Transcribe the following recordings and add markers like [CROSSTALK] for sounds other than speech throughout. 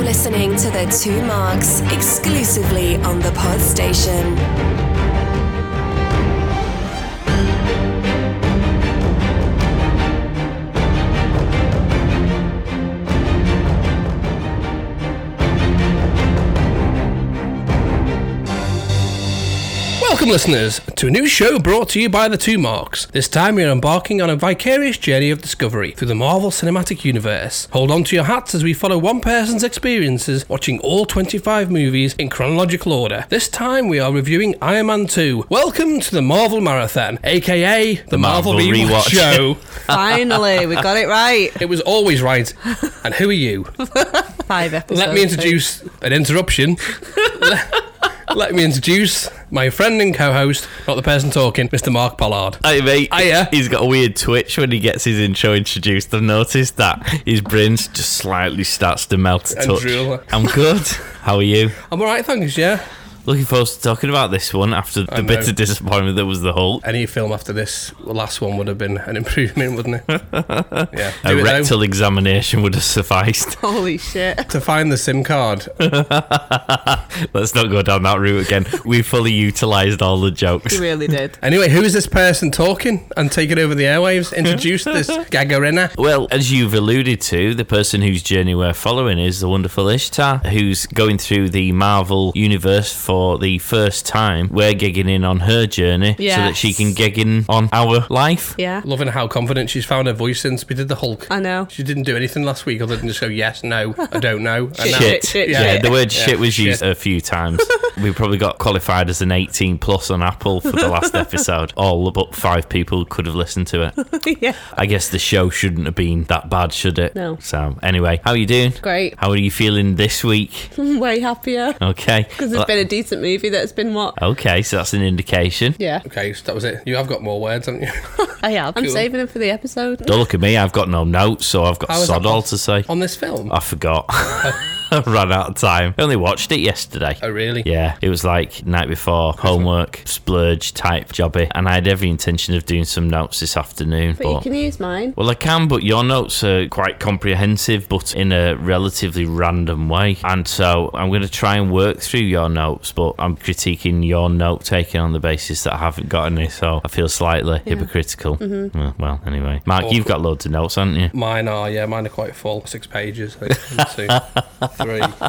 listening to The Two Marks exclusively on the Pod Station. Welcome, listeners, to a new show brought to you by the Two Marks. This time, we are embarking on a vicarious journey of discovery through the Marvel Cinematic Universe. Hold on to your hats as we follow one person's experiences watching all 25 movies in chronological order. This time, we are reviewing Iron Man 2. Welcome to the Marvel Marathon, aka the, Marvel, Marvel Rewatch, Rewatch. Show. Finally, we got it right. it was always right. And who are you? Five episodes. Let me introduce an interruption. let, let me introduce my friend and co-host, not the person talking, Mr. Mark Pollard. Hey mate, Hiya. he's got a weird twitch when he gets his intro introduced. I've noticed that his brains just slightly starts to melt a And touch. drool. I'm good. How are you? I'm all right, thanks. Yeah. Looking forward to talking about this one after the know. bit of disappointment that was the Hulk. Any film after this last one would have been an improvement, wouldn't [LAUGHS] it? yeah. A Do it though. rectal examination would have sufficed. [LAUGHS] Holy shit. to find the SIM card. Let's not go down that route again. We fully utilised all the jokes. You really did. Anyway, who is this person talking and taking over the airwaves? Introduce [LAUGHS] this Gagarina. Well, as you've alluded to, the person whose journey we're following is the wonderful Ishtar, who's going through the Marvel universe for the first time. We're gigging in on her journey so that she Yes. can gig in on our life. Yeah. Loving how confident she's found her voice since we did the Hulk. I know. [LAUGHS] She didn't do anything last week other than just go yes, no, I don't know. and Shit, now- Shit. shit, yeah, shit. the word Yeah, shit was shit. used a few [LAUGHS] times. we probably got qualified as an 18 plus on Apple for the last [LAUGHS] episode. All but five people could have listened to it. yeah. I guess the show shouldn't have been that bad, should it? No. So, anyway, how are you doing? Great. How are you feeling this [LAUGHS] week? I'm way happier. Okay. Because it's been a decent movie that's been what? Okay, so that's an indication. Yeah, Okay, so that was it. You have got more words, haven't you? [LAUGHS] I have. I'm Cool. saving them for the episode. Don't look at me, I've got no notes, so I've got How is sod that all poss- to say. On this film? [LAUGHS] I forgot. [LAUGHS] I ran out of time. I only watched it yesterday. oh, really? Yeah, it was like night before homework, splurge type jobby, and I had every intention of doing some notes this afternoon. But you can use mine. well, I can, but your notes are quite comprehensive, but in a relatively random way. And so I'm going to try and work through your notes, but I'm critiquing your note taking on the basis that I haven't got any, so I feel slightly hypocritical. Well, Well, anyway. Mark, you've got loads of notes, haven't you? Mine are, yeah, mine are quite full. Six pages. I think. [LAUGHS] One, two, three,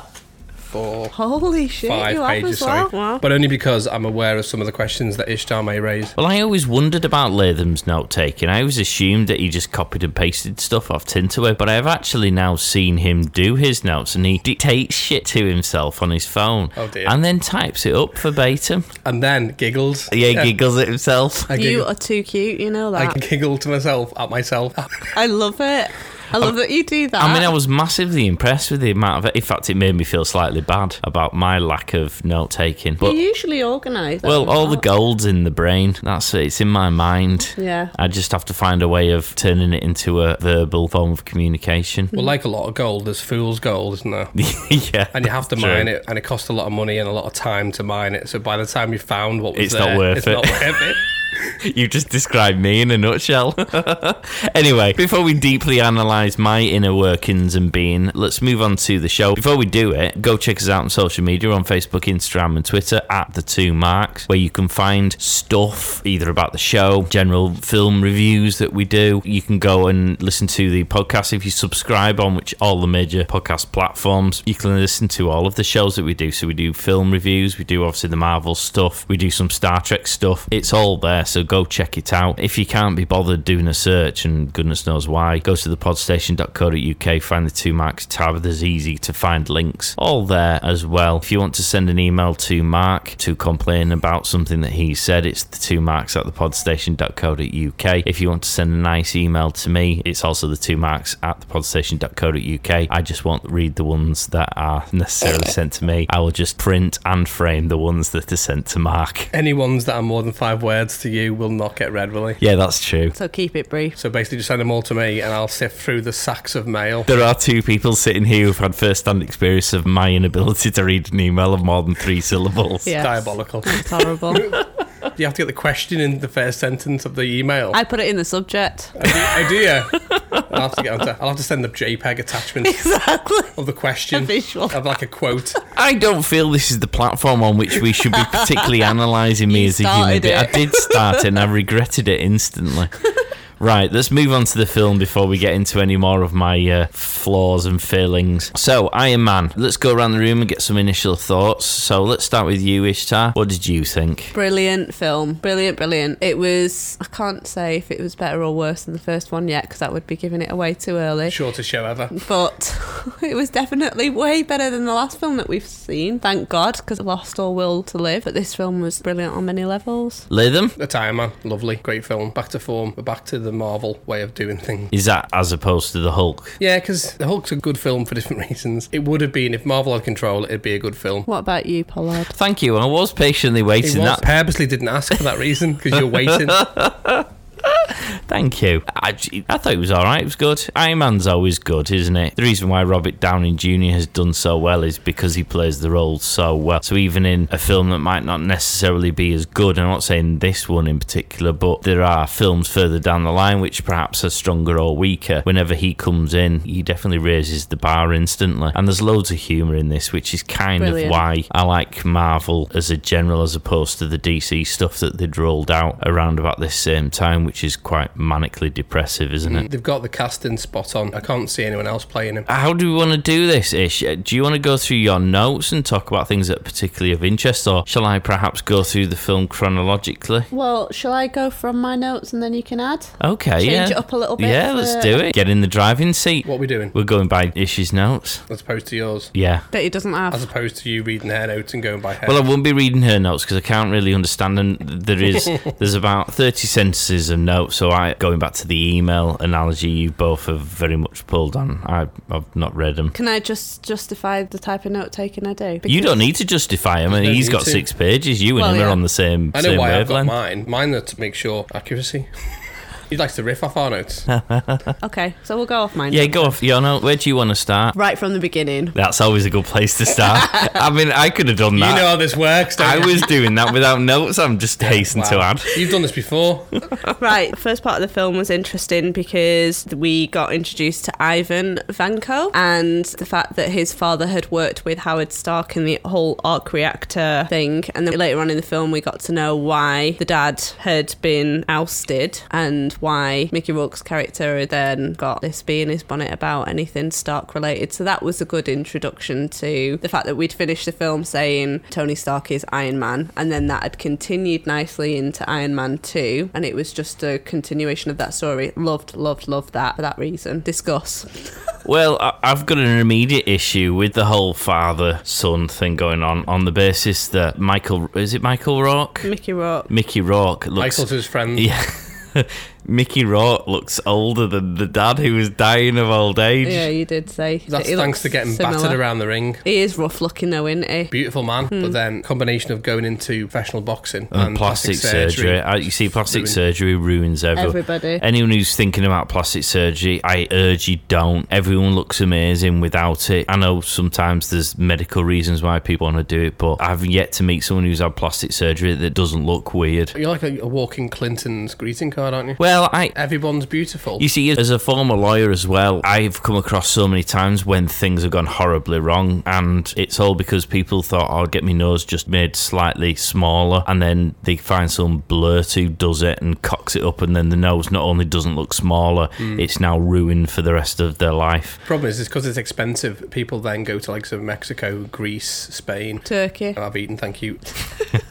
four, Holy shit, five you have pages, as sorry. well. Wow. But only because I'm aware of some of the questions that Ishtar may raise. Well, I always wondered about Latham's note taking. I always assumed that he just copied and pasted stuff off Tinterweb, but I have actually now seen him do his notes and he dictates shit to himself on his phone Oh, dear. and then types it up verbatim. And then giggles. Yeah, he giggles at himself. I You giggle, are too cute, you know I that. giggle to myself at myself. [LAUGHS] I love it. I love that you do [LAUGHS] that. I mean, I was massively impressed with the amount of it. In fact, it made me feel slightly bad about my lack of note taking. But you usually organise. them, Well, all the right? gold's in the brain. That's it. It's in my mind. Yeah. I just have to find a way of turning it into a verbal form of communication. [LAUGHS] well, like a lot of gold, there's fool's gold, isn't there? yeah. And you have to True. mine it, and it costs a lot of money and a lot of time to mine it. So by the time you found what was It's there, not worth it's it. not worth [LAUGHS] it. You just described me in a nutshell. [LAUGHS] anyway, before we deeply analyse my inner workings and being, let's move on to the show. Before we do it, go check us out on social media on Facebook, Instagram, and Twitter at the two marks, where you can find stuff either about the show, general film reviews that we do. You can go and listen to the podcast if you subscribe on which all the major podcast platforms. You can listen to all of the shows that we do. So we do film reviews, we do obviously the Marvel stuff, we do some Star Trek stuff. It's all there, so go check it out. If you can't be bothered doing a search, and goodness knows why, go to thepodstation.co.uk, find the two marks tab. There's easy to find links all there as well. If you want to send an email to Mark to complain about something that he said, it's the two marks at thepodstation.co.uk. If you want to send a nice email to me, it's also the two marks at thepodstation.co.uk. I just won't read the ones that are necessarily sent to me. I will just print and frame the ones that are sent to Mark. Any ones that are more than five words to you will not get read, will they? Yeah, that's true. So keep it brief. So basically, just send them all to me, and I'll sift through the sacks of mail. There are two people sitting here who've had first-hand experience of my inability to read an email of more than three syllables. Yeah. [LAUGHS] Diabolical. It's horrible. You have to get the question in the first sentence of the email. I put it in the subject. I do, I do, yeah. I'll have to get onto. I'll have to send the JPEG attachment [LAUGHS] exactly. of the question. A visual. Of like a quote. I don't feel this is the platform on which we should be [LAUGHS] particularly analysing me You as a human started being. I it. did start it and I regretted it [LAUGHS] instantly. Right, let's move on to the film before we get into any more of my uh, flaws and failings. So, Iron Man, let's go around the room and get some initial thoughts. So, let's start with you, Ishtar. What did you think? Brilliant film. Brilliant, brilliant. It was, I can't say if it was better or worse than the first one yet because that would be giving it away too early. Shortest show ever. But [LAUGHS] it was definitely way better than the last film that we've seen. Thank God, because lost all will to live. But this film was brilliant on many levels. Latham? The Time Man, lovely, great film. Back to form. We're back to the Marvel way of doing things. Is that as opposed to the Hulk? Yeah, because the Hulk's a good film for different [LAUGHS] reasons. It would have been if Marvel had control, it'd be a good film. What about you, Pollard? Thank you. I was patiently He waiting. was That purposely didn't ask for that reason because you're waiting. Thank you. I, I thought it was all right. It was good. Iron Man's always good, isn't it? The reason why Robert Downey Jr. has done so well is because he plays the role so well. So even in a film that might not necessarily be as good, I'm not saying this one in particular, but there are films further down the line which perhaps are stronger or weaker. Whenever he comes in, he definitely raises the bar instantly. And there's loads of humour in this, which is kind of Brilliant. why I, I like Marvel as a general as opposed to the DC stuff that they'd rolled out around about this same time, which is quite manically depressive, isn't it? They've got the casting spot on. I can't see anyone else playing him. How do we want to do this, Ish? Uh, Do you want to go through your notes and talk about things that are particularly of interest, or shall I perhaps go through the film chronologically? Well, shall I go from my notes and then you can add? Okay, Change yeah. it up a little bit Yeah, for- let's do it. Get in the driving seat. What are we doing? We're going by Ish's notes. As opposed to yours. Yeah. That he doesn't As have. opposed to you reading her notes and going by her. Well, I won't be reading her notes because I can't really understand, and there [LAUGHS] is there's about thirty sentences of notes. So I going back to the email analogy, you both have very much pulled on. I, I've not read them. Can I just justify the type of note taking I do? You Because- don't need to justify him, and No he's need got to. six pages. You and Well, him are yeah. on the same I know same why I've got wavelength. mine. Mine are to make sure accuracy. [LAUGHS] You'd like to riff off our [LAUGHS] notes. Okay, so we'll go off mine. yeah, go off. You know, where do you want to start? Right from the beginning. That's always a good place to start. [LAUGHS] I mean, I could have done You that. know how this works, don't I you? was doing that without notes. I'm just hastening [LAUGHS] to Wow. add. You've done this before. [LAUGHS] Right, first part of the film was interesting because we got introduced to Ivan Vanko and the fact that his father had worked with Howard Stark in the whole arc reactor thing. And then later on in the film, we got to know why the dad had been ousted and why Mickey Rourke's character then got this bee in his bonnet about anything Stark related. So that was a good introduction to the fact that we'd finished the film saying Tony Stark is Iron Man, and then that had continued nicely into Iron Man 2, and it was just a continuation of that story. Loved, loved, loved that for that reason. Discuss. Well, I- I've got an immediate issue with the whole father son thing going on on the basis that Michael is it Michael Rourke? Mickey Rourke. Mickey Rourke looks Michael to his friend. [LAUGHS] yeah. Mickey Rourke looks older than the dad who was dying of old age. Yeah, you did say. that That's he thanks looks to getting similar. Hmm. battered around the ring. He is rough looking though, isn't he? Beautiful man, but then combination of going into professional boxing And plastic, surgery. Uh, you see, plastic Ruined. surgery ruins everyone. Everybody. Anyone who's thinking about plastic surgery, I urge you don't. Everyone looks amazing without it. I know sometimes there's medical reasons why people want to do it, but I've yet to meet someone who's had plastic surgery that doesn't look weird. You're like a, a walking Clinton's greeting card, aren't you? Well, I. Everyone's beautiful. You see, as a former lawyer as well, I've come across so many times when things have gone horribly wrong, and it's all because people thought, "I'll get my nose just made slightly smaller," and then they find some blurt who does it and cocks it up, and then the nose not only doesn't look smaller, it's now ruined for the rest of their life. Problem is, is because it's expensive, people then go to like some Mexico, Greece, Spain. Turkey. I've eaten, thank [LAUGHS] you.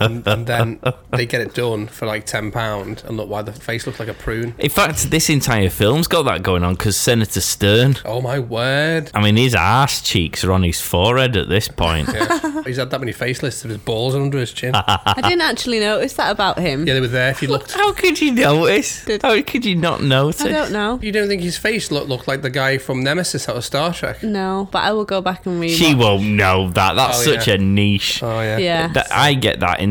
and, and then they get it done for like ten pound, and look why the face looks like a prune. In fact, this entire film's got that going on because Senator Stern. Oh my word! I mean, his ass cheeks are on his forehead at this point. Uh-huh. Yeah. He's had that many facelifts with his balls under his chin. Uh-huh. yeah, I didn't actually notice that about him. they were there. If you looked, How could you notice? Did- How could you not notice? I don't know. you don't think his face looked looked like the guy from Nemesis out of Star Trek? No, but I will go back and read. She won't know that. That's Oh, yeah. such a niche. Oh yeah. Yeah. That I get that Thank you,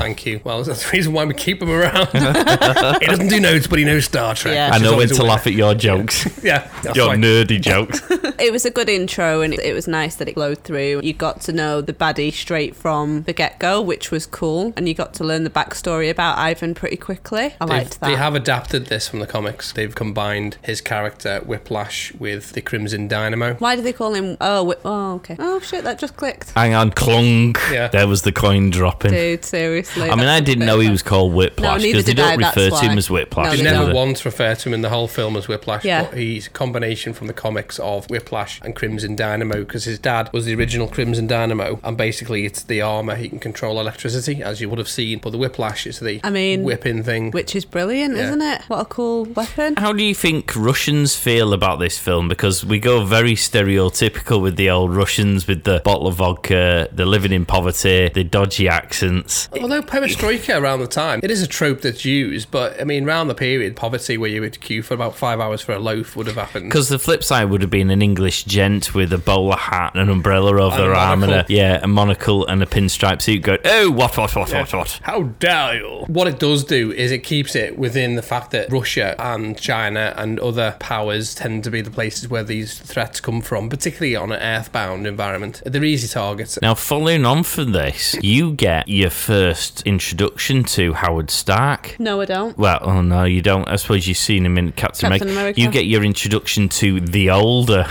[LAUGHS] [LAUGHS] thank you. Well, that's the reason why we keep him around. he doesn't do notes, but he knows Star Trek. Yeah. which I is know when always to a- laugh at your jokes. Yeah, [LAUGHS] that's your why- [LAUGHS] nerdy jokes. It was a good intro and it, it was nice that it flowed through. You got to know the baddie straight from the get go, which was cool. And you got to learn the backstory about Ivan pretty quickly. I They've, liked that. they have adapted this from the comics. They've combined his character Whiplash with the Crimson Dynamo. Why do they call him? Oh, wi- oh, okay. Oh, shit, that just clicked. Hang on, clunk. Yeah. There was the coin dropping. Dude, seriously. I mean, I didn't know he was called Whiplash No, neither because they did I, don't refer that's to him why. as Whiplash. No, You they do never don't. they? once refer to him in the whole film as Whiplash, Yeah. but he's a combination from the comics of Whiplash and Crimson Dynamo because his dad was the original Crimson Dynamo, and basically it's the armor he can control electricity, as you would have seen. But the Whiplash is the I mean- whipping thing. Which is brilliant, Yeah. isn't it? What a cool weapon. How do you think Russians feel about this film? Because we go very stereotypical with the old Russians with the bottle of vodka, they're living in poverty, the dodgy accents. Although perestroika around the time, it is a trope that's used, but I mean, around the period, poverty where you would queue for about five hours for a loaf would have happened. Because the flip side would have been an English gent with a bowler hat and an umbrella And over a their arm and a monocle. yeah, a monocle and a pinstripe suit. Going, oh, what, what, what, what, what? How dare you? What it does do is it keeps it within the fact that Russia and China and other powers tend to be the places where these threats come from, particularly on an earthbound environment. They're easy targets. Now, following on from this, you get your first introduction to Howard Stark. No, I don't. Well, oh no, you don't. I suppose you've seen him in Captain, Captain America. America. You get your introduction to the older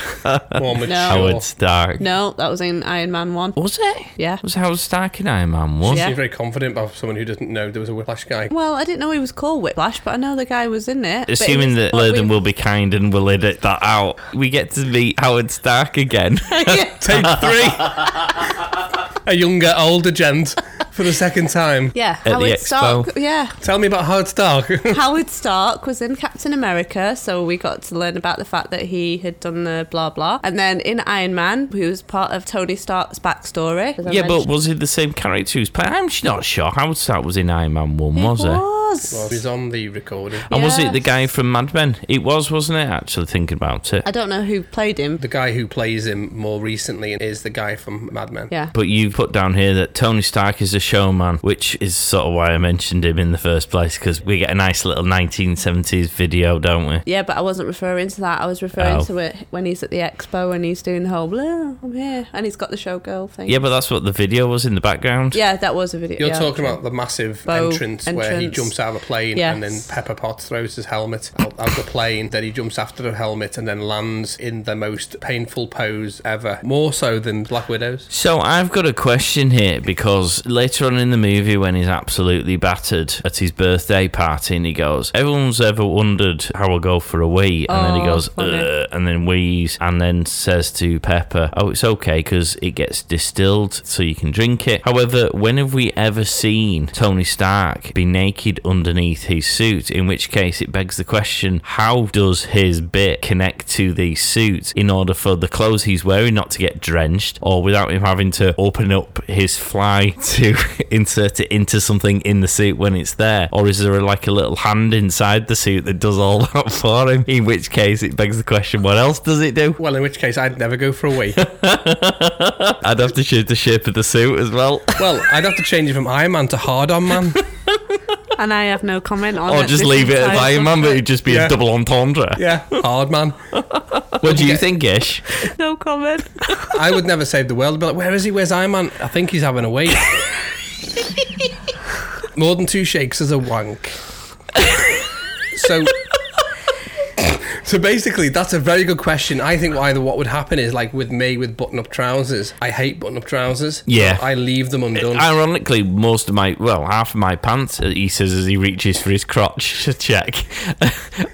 More mature. Howard Stark. No, that was in Iron Man 1. Was it? Yeah. Was Howard Stark in Iron Man 1? Yeah. Seems very confident about someone who doesn't know there was a whiplash guy. Well, I didn't know he was called Whiplash, but I know the guy was in it. But it Assuming was- that but we- Lurden will be kind and will edit that out, we get to meet Howard Stark [LAUGHS] again. Yeah. Take three. a younger, older [LAUGHS] gent for the second time. [LAUGHS] [LAUGHS] Yeah, the Howard expo. Stark. Yeah, Tell me about Howard [LAUGHS] Stark. Howard Stark was in Captain America, so we got to learn about the fact that he had done the blah blah. And then in Iron Man, he was part of Tony Stark's backstory. as I yeah, but mentioned. was it the same character who's playing? I'm not sure. Howard Stark was in Iron Man 1, He was he? was. well, he's on the recording. And was it the Yes. guy from Mad Men? It was, wasn't it? Actually, thinking about it. I don't know who played him. The guy who plays him more recently is the guy from Mad Men. Yeah. But you put down here that Tony Stark is a showman, which is sort of why I mentioned him in the first place because we get a nice little 1970s video, don't we? Yeah, but I wasn't referring to that. I was referring Oh. to it when he's at the expo and he's doing the whole blah, I'm here. And he's got the showgirl thing. Yeah, but that's what the video was in the background. Yeah, that was a video. You're yeah. talking about the massive Bow entrance, where he entrance. jumps out of the plane and then Yes. Pepper Potts throws his helmet out, out the plane. Then he jumps after the helmet and then lands in the most painful pose ever, more so than Black Widow's. So I've got a question here because later on in the movie, when he's absolutely battered at his birthday party, and he goes, "Everyone's ever wondered how I go for a wee," and then he Oh, goes, funny. "Ugh," and then wheeze, and then says to Pepper, "Oh, it's okay because it gets distilled, so you can drink it." However, when have we ever seen Tony Stark be naked underneath his suit? In which case, it begs the question: How does his bit connect to the suit in order for the clothes he's wearing not to get drenched, or without him having to open up his fly [LAUGHS] to insert it into something in the suit when it's there? Or is there like a little hand inside the suit that does all [LAUGHS] that for him? In which case, it begs the question: What else does it do? Well, in which case, I'd never go for a [LAUGHS] week. I'd have to shoot the shape of the suit as well, well, I'd have to change it from Iron Man to Hard On [LAUGHS] Man. And I have no comment on it. or Oh, just This leave it as entire Iron Man, but subject. it'd just be Yeah. a double entendre. Yeah, Hard Man. What do you think, Gish? [LAUGHS] No comment. I would never save the world. But like, where is he? Where's Iron Man? I think he's having a wee. More than two shakes is a wank. so. So basically, that's a very good question. I think either what would happen is like with me with button-up trousers. I hate button-up trousers. Yeah. I leave them undone. Ironically, most of my well, half of my pants, uh, he says as he reaches for his crotch [LAUGHS] to check.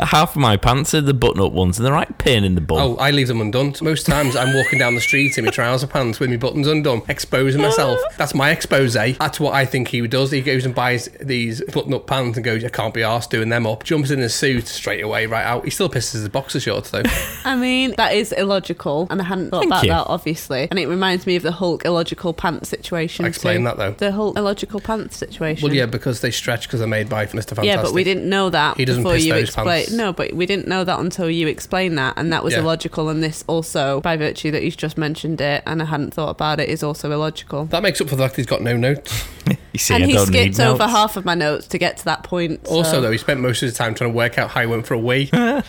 half of my pants are the button-up ones, and they're like pain in the bum. Oh, I leave them undone. Most times I'm walking down the street in my trouser pants with my buttons undone, exposing [LAUGHS] myself. That's my expose. That's what I think he does. He goes and buys these button up pants and goes, I can't be arsed doing them up. Jumps in his suit straight away, right out. He still pisses his boxer shorts [LAUGHS] though. I mean, that is illogical, and I hadn't thought Thank about you. that, obviously. And it reminds me of the Hulk illogical pants situation. Explain too. that, though. The Hulk illogical pants situation. well, yeah, because they stretch because they're made by Mr. Fantastic. Yeah, but we didn't know that He doesn't before piss you those explain. pants. No, but we didn't know that until you explained that, and that was Yeah. illogical. And this also, by virtue that he's just mentioned it, and I hadn't thought about it, is also illogical. That makes up for the fact he's got no notes. You see, and I he don't skipped need over notes. half of my notes to get to that point. so- Also, though, he spent most of his time trying to work out how he went for a [LAUGHS] wee. I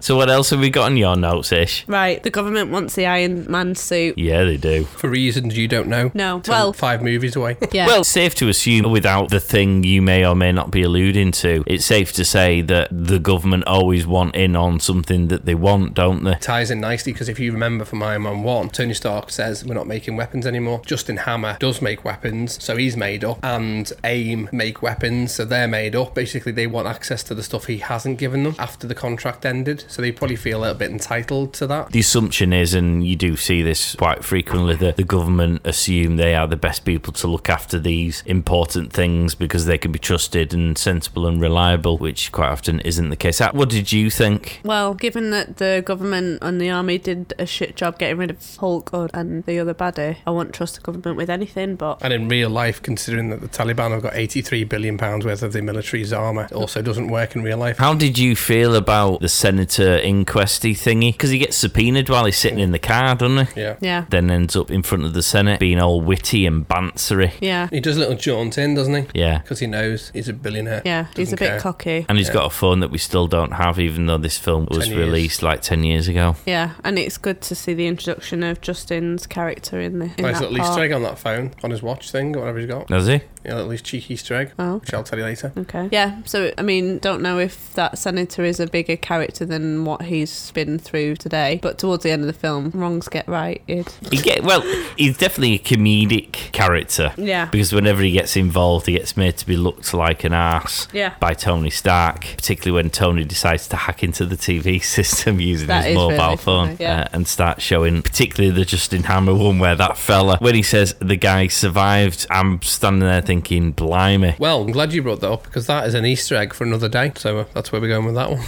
So what else have we got in your notes, Ish? Right, the government wants the Iron Man suit. Yeah, they do. for reasons you don't know. No, Till well- five movies away. Yeah. Well, it's safe to assume, without the thing you may or may not be alluding to, it's safe to say that the government always want in on something that they want, don't they? ties in nicely because if you remember from Iron Man 1, Tony Stark says we're not making weapons anymore. Justin Hammer does make weapons, so he's made up, and AIM make weapons, so they're made up. Basically, they want access to the stuff he hasn't given them after the contract ended, so they probably feel a little bit entitled to that. The assumption is, and you do see this quite frequently, that the government assume they are the best people to look after these important things because they can be trusted and sensible and reliable, which quite often isn't the case. Uh, What did you think? Well, given that the government and the army did a shit job getting rid of Hulk or- and the other baddie, I won't trust the government with anything, but And in real life, considering that the Taliban have got 83 billion pounds worth of the military's armor, it also doesn't work in real life. How did you feel about the senator inquesty thingy? Because he gets subpoenaed while he's sitting in the car, doesn't he? Yeah. yeah. Then ends up in front of the Senate being all witty and bantery. Yeah. He does a little jaunt in, doesn't he? Yeah. Because he knows he's a billionaire. Yeah. He's Doesn't a bit care. cocky. And he's got a phone that we still don't have, even though this film 10 was years. released like 10 years ago. Yeah. And it's good to see the introduction of Justin's character in the. In Nice that little part. Easter egg on that phone, on his watch thing, or whatever he's got. Does he? Yeah, little cheeky Easter egg, Oh. which I'll tell you later. Okay. Yeah. So, I mean, don't know if that senator is a bigger character than what he's been through today, but towards the end of the film, wrongs get righted. He get, well, he's definitely a comedic character. Yeah. Because whenever he gets involved, he gets made to be looked like an ass Yeah. by Tony Stark, particularly when Tony decides to hack into the TV [LAUGHS] system using That his is mobile phone really funny, yeah. uh, and start showing, particularly the Justin Hammer one where that fella, when he says the guy survived, I'm standing there thinking, blimey. [LAUGHS] Well, I'm glad you brought that up because that is an Easter egg for another day. So uh, that's where we're going with that one.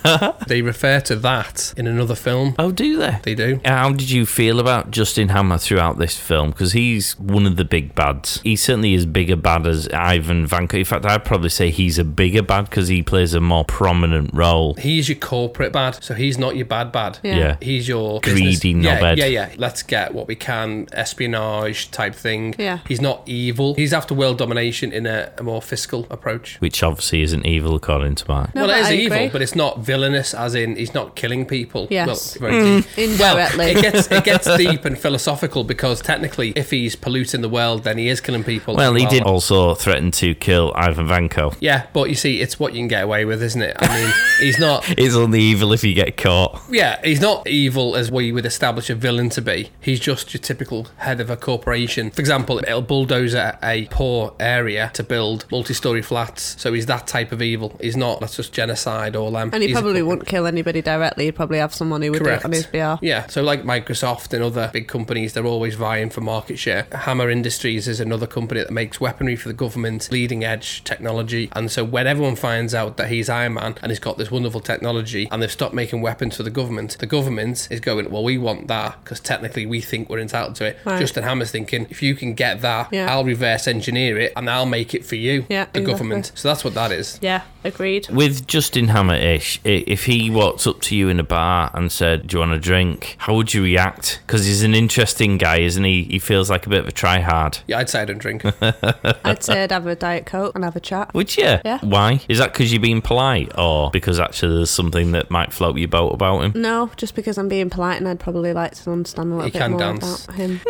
[LAUGHS] they refer to that in another film. Oh, do they? They do. How did you feel about Justin Hammer throughout this film? Because he's one of the big bads. He certainly is bigger bad as Ivan Vanko. In fact, I'd probably say he's a bigger bad because he plays a more prominent role. He's your corporate bad, so he's not your bad bad. Yeah. Yeah. He's your Greedy business- knobhead. Yeah, yeah, yeah. Let's get what we can, espionage type thing. Yeah. He's not evil. He's after world domination in a, a more fiscal approach. Which obviously isn't evil, according to Mark. No, well, but it is I evil, agree. but it's not villainous, as in he's not killing people. Yes. Mm. Well, very deep. [LAUGHS] Indirectly. Well, it gets it gets deep and philosophical because technically, if he's polluting the world, then he is killing people. Well, as he did also threaten to kill Ivan Vanko. Yeah, but you see, it's what you can get away with, isn't it? I mean, he's not. [LAUGHS] It's only evil if you get caught. Yeah, he's not evil as we would establish a villain to be. He's just your typical head of a corporation. For example, it'll bulldoze a, a poor area to build multi-story flats. So he's that type of evil. He's not. That's just genocide or them. And he He's a probably corporate- won't kill anybody directly. He'd probably have someone who would do it on his behalf. Yeah. So like Microsoft and other big companies, they're always vying for market share. Hammer Industries is another company that makes weaponry for the government, leading edge technology. And so when everyone finds out that he's Iron Man and he's got this wonderful technology and they've stopped making weapons for the government, the government is going, well, we want that because technically we think we're entitled to it. Right. Justin Hammer's thinking, if you can get that, Yeah. I'll reverse engineer it and I'll make it for you, Yeah, the exactly. government. So that's what that is. Yeah, agreed. With Justin Hammer ish, if he walked up to you in a bar and said, Do you want a drink? How would you react? Because he's an interesting guy, isn't he? He feels like a bit of a tryhard. Yeah, I'd say I don't drink. I'd say I'd have a Diet Coke and have a chat. Would you? Yeah. Why? Is that because you're being polite or because actually there's something that might float your boat about him? No, just because I'm being polite and I'd probably like to understand a little He bit can more dance. about him.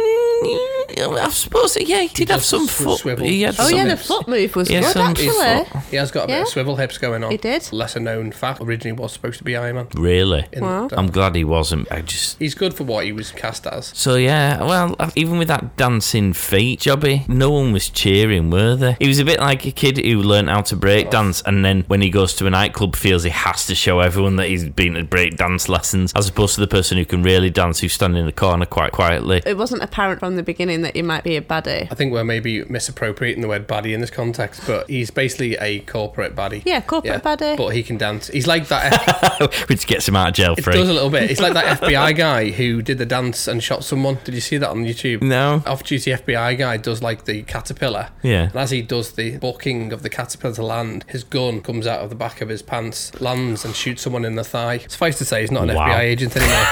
I suppose, yeah, he did have does some sw- foot- swivel. he had Oh, Some yeah, the hips. foot move was Yeah, good, some- actually. He has got a bit of Yeah. swivel hips going on. He did. Lesser known fact. Originally was supposed to be Iron Man. Really? In Wow. the- I'm glad he wasn't. I just. he's good for what he was cast as. So yeah, well, even with that dancing feet, Jobby, no one was cheering, were they? He was a bit like a kid who learned how to break dance, and then when he goes to a nightclub, feels he has to show everyone that he's been to break dance lessons, as opposed to the person who can really dance, who's standing in the corner quite quietly. [LAUGHS] It wasn't apparent from the beginning that he might be a baddie. I think we're maybe misappropriating the word baddie in this context, but he's basically a corporate baddie. Yeah, corporate baddie. But he can dance. He's like that. Which gets him out of jail it [LAUGHS] free. does a little bit. It's like that FBI guy who did the dance and shot someone. Did you see that on YouTube? No. Off duty FBI guy does like the caterpillar. Yeah. And as he does the bucking of the caterpillar to land, his gun comes out of the back of his pants, lands and shoots someone in the thigh. Suffice to say, he's not an Wow. FBI agent anymore.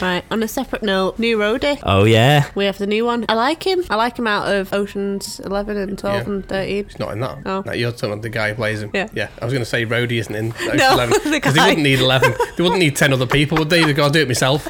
Right. On a separate note, new roadie. Oh yeah. [LAUGHS] We have the new one. I like him. I like him out of Oceans 11 and 12 Yeah. and 13. [LAUGHS] He's not in that. Oh. No, you're talking about the guy who plays him. Yeah. I was going to say Rhodey isn't in. [LAUGHS] No, the Because they guy. wouldn't need 11. They wouldn't need 10 other people, would they? They've got to do it [LAUGHS] myself.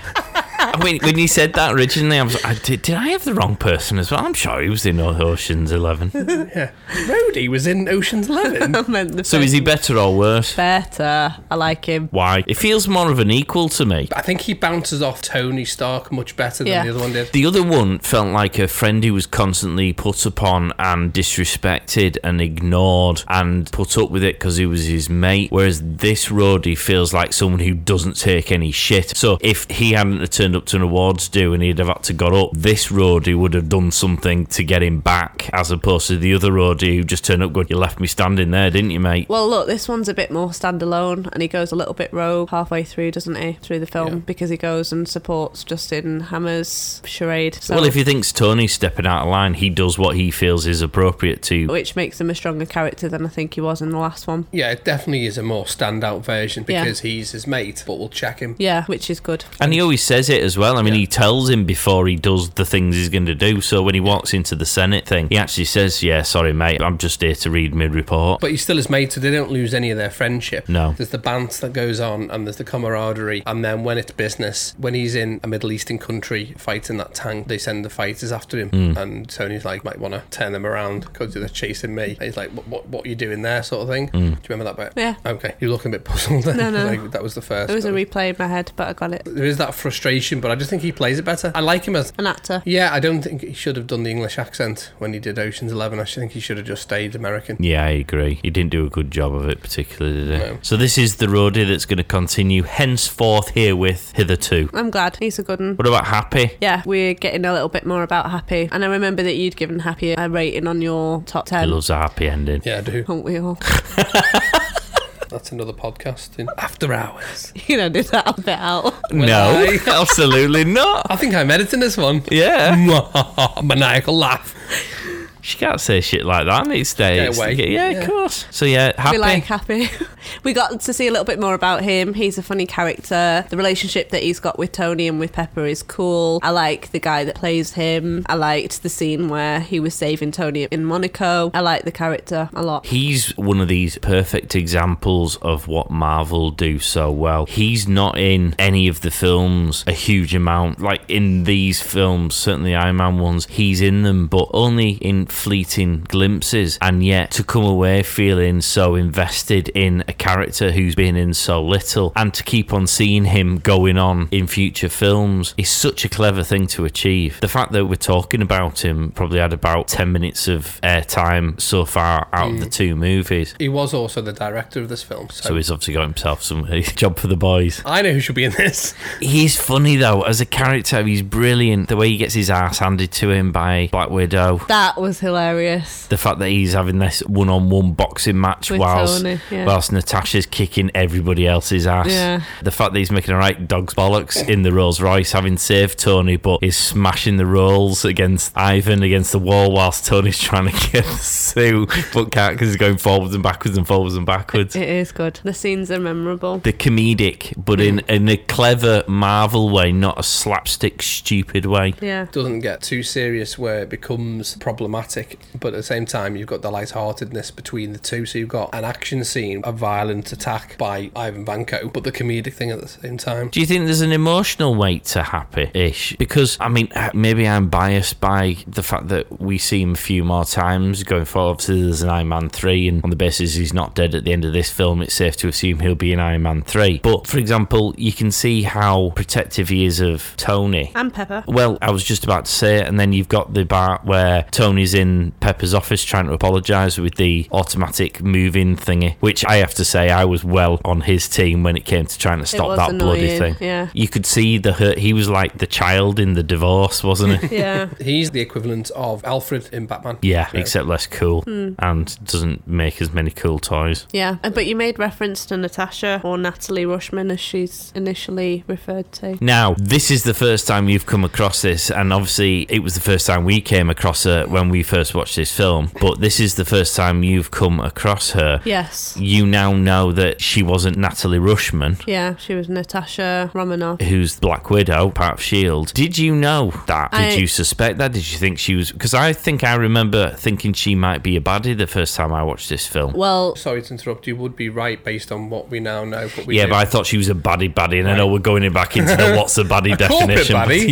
when, when you said that originally, I was I did, did I have the wrong person as well? I'm sure he was in Ocean's [LAUGHS] Eleven. Yeah. Rhodey was in Ocean's [LAUGHS] 11. I meant the So is he first. better or worse? better? I like him. Why? It feels more of an equal to me. I think he bounces off Tony Stark much better than Yeah. the other one did. The other one felt like a friend who was constantly put upon and disrespected and ignored and put up with it because he was his mate. Whereas this roadie feels like someone who doesn't take any shit. So if he hadn't have turned up to an awards do and he'd have had to got up, this roadie would have done something to get him back, as opposed to the other roadie who just turned up good. You left me standing there, didn't you, mate? Well, look, this one's a bit more standalone, and he goes a little bit rogue halfway through, doesn't he? Through the film, Yeah. because he goes and supports Justin Hammer's charade. So, Well, if he thinks Tony's stepping out of line, he does what he feels is appropriate to which makes him a stronger character than I think he was in the last one. Yeah, it definitely is a more standout version Yeah. because he's his mate, but we'll check him. Yeah, which is good. And he always says it as well. I mean, Yeah. he tells him before he does the things he's going to do. So when he walks into the Senate thing, he actually says, Yeah, sorry, mate, I'm just here to read my report. But he's still his mate, so they don't lose any of their friendship. No. There's the banter that goes on, and there's the camaraderie. And then when it's business, when he's in a Middle Eastern country fighting that tank, they send the fighters after him. Hmm. And Tony's like, might want to turn them around because they're chasing me. And he's like, what, what, what are you doing there, sort of thing. Hmm. Do you remember that bit? Yeah. Okay. You're looking a bit puzzled then. No, [LAUGHS] no. like, that was the first. There was a That was- replay in my head, but I got it. there is that frustration, but I just think he plays it better. I like him as An actor. Yeah, I don't think he should have done the English accent when he did Ocean's Eleven. I think he should have just stayed American. Yeah, I agree. He didn't do a good job of it, particularly, did he? No. So this is the roadie that's going to continue henceforth, herewith, hitherto. I'm glad he's a good one. What about Happy? Yeah, we're getting a little bit more about Happy, and I remember that you'd given Happy a rating on your top He ten. loves a happy ending. Yeah, I do. Aren't we all? [LAUGHS] That's another podcast in After Hours. you know, did that a bit out. No, I? [LAUGHS] absolutely not. [LAUGHS] I think I'm editing this one. [LAUGHS] Yeah. Maniacal laugh. She can't say shit like that these days. away. Yeah, Yeah. of course. So yeah, happy. We like Happy. [LAUGHS] we got to see a little bit more about him. He's a funny character. The relationship that he's got with Tony and with Pepper is cool. I like the guy that plays him. I liked the scene where he was saving Tony in Monaco. I like the character a lot. He's one of these perfect examples of what Marvel do so well. He's not in any of the films a huge amount. Like in these films, certainly the Iron Man ones, he's in them, but only in fleeting glimpses. And yet to come away feeling so invested in a character who's been in so little and to keep on seeing him going on in future films is such a clever thing to achieve. The fact that we're talking about him probably had about 10 minutes of airtime so far out of the two movies. He was also the director of this film, so, So he's obviously got himself some [LAUGHS] job for the boys. I know who should be in this. [LAUGHS] He's funny though, as a character, he's brilliant. The way he gets his ass handed to him by Black Widow. That was hilarious. The fact that he's having this one-on-one boxing match With whilst Tony, yeah. whilst Natasha's kicking everybody else's ass. Yeah. The fact that he's making a right dog's bollocks in the Rolls Royce, having saved Tony, but is smashing the rolls against Ivan against the wall whilst Tony's trying to get Sue, but can't because he's going forwards and backwards and forwards and backwards. It is good. The scenes are memorable. The comedic, but in, in a clever Marvel way, not a slapstick, stupid way. Yeah. Doesn't get too serious where it becomes problematic, but at the same time you've got the lightheartedness between the two. So you've got an action scene, a violent attack by Ivan Vanko, but the comedic thing at the same time. Do you think there's an emotional weight to happy ish? Because, I mean, uh, maybe I'm biased by the fact that we see him a few more times going forward. Obviously, there's an Iron Man 3, and on the basis he's not dead at the end of this film, it's safe to assume he'll be in Iron Man 3. But, for example, you can see how protective he is of Tony. And Pepper. Well, I was just about to say it, and then you've got the part where Tony's in Pepper's office trying to apologise with the automatic moving thingy, which I have to say I was well on his team when it came to trying to stop was that bloody annoying, thing. yeah. You could see the hurt. He was like the child in the divorce, [LAUGHS] wasn't he? Yeah. [LAUGHS] He's the equivalent of Alfred in Batman. Yeah, You know, except less cool Hmm. and doesn't make as many cool toys. Yeah, uh, but you made reference to Natasha or Natalie Rushman as she's initially referred to. Now, this is the first time you've come across this, and obviously, it was the first time we came across her when we first watched this film, but this is the first time you've come across her. Yes. You now know that she wasn't Natalie Rushman, Yeah, she was Natasha Romanoff. who's Black Widow, part of S.H.I.E.L.D. E Did you know that? Did I- you suspect that? Did you think she was. Because I think I remember thinking she might be a baddie the first time I watched this film. Well, Sorry to interrupt. You would be right based on what we now know. But we yeah, do. but I thought she was a baddie baddie, and I know we're going in back into the what's a baddie corporate definition. but baddie?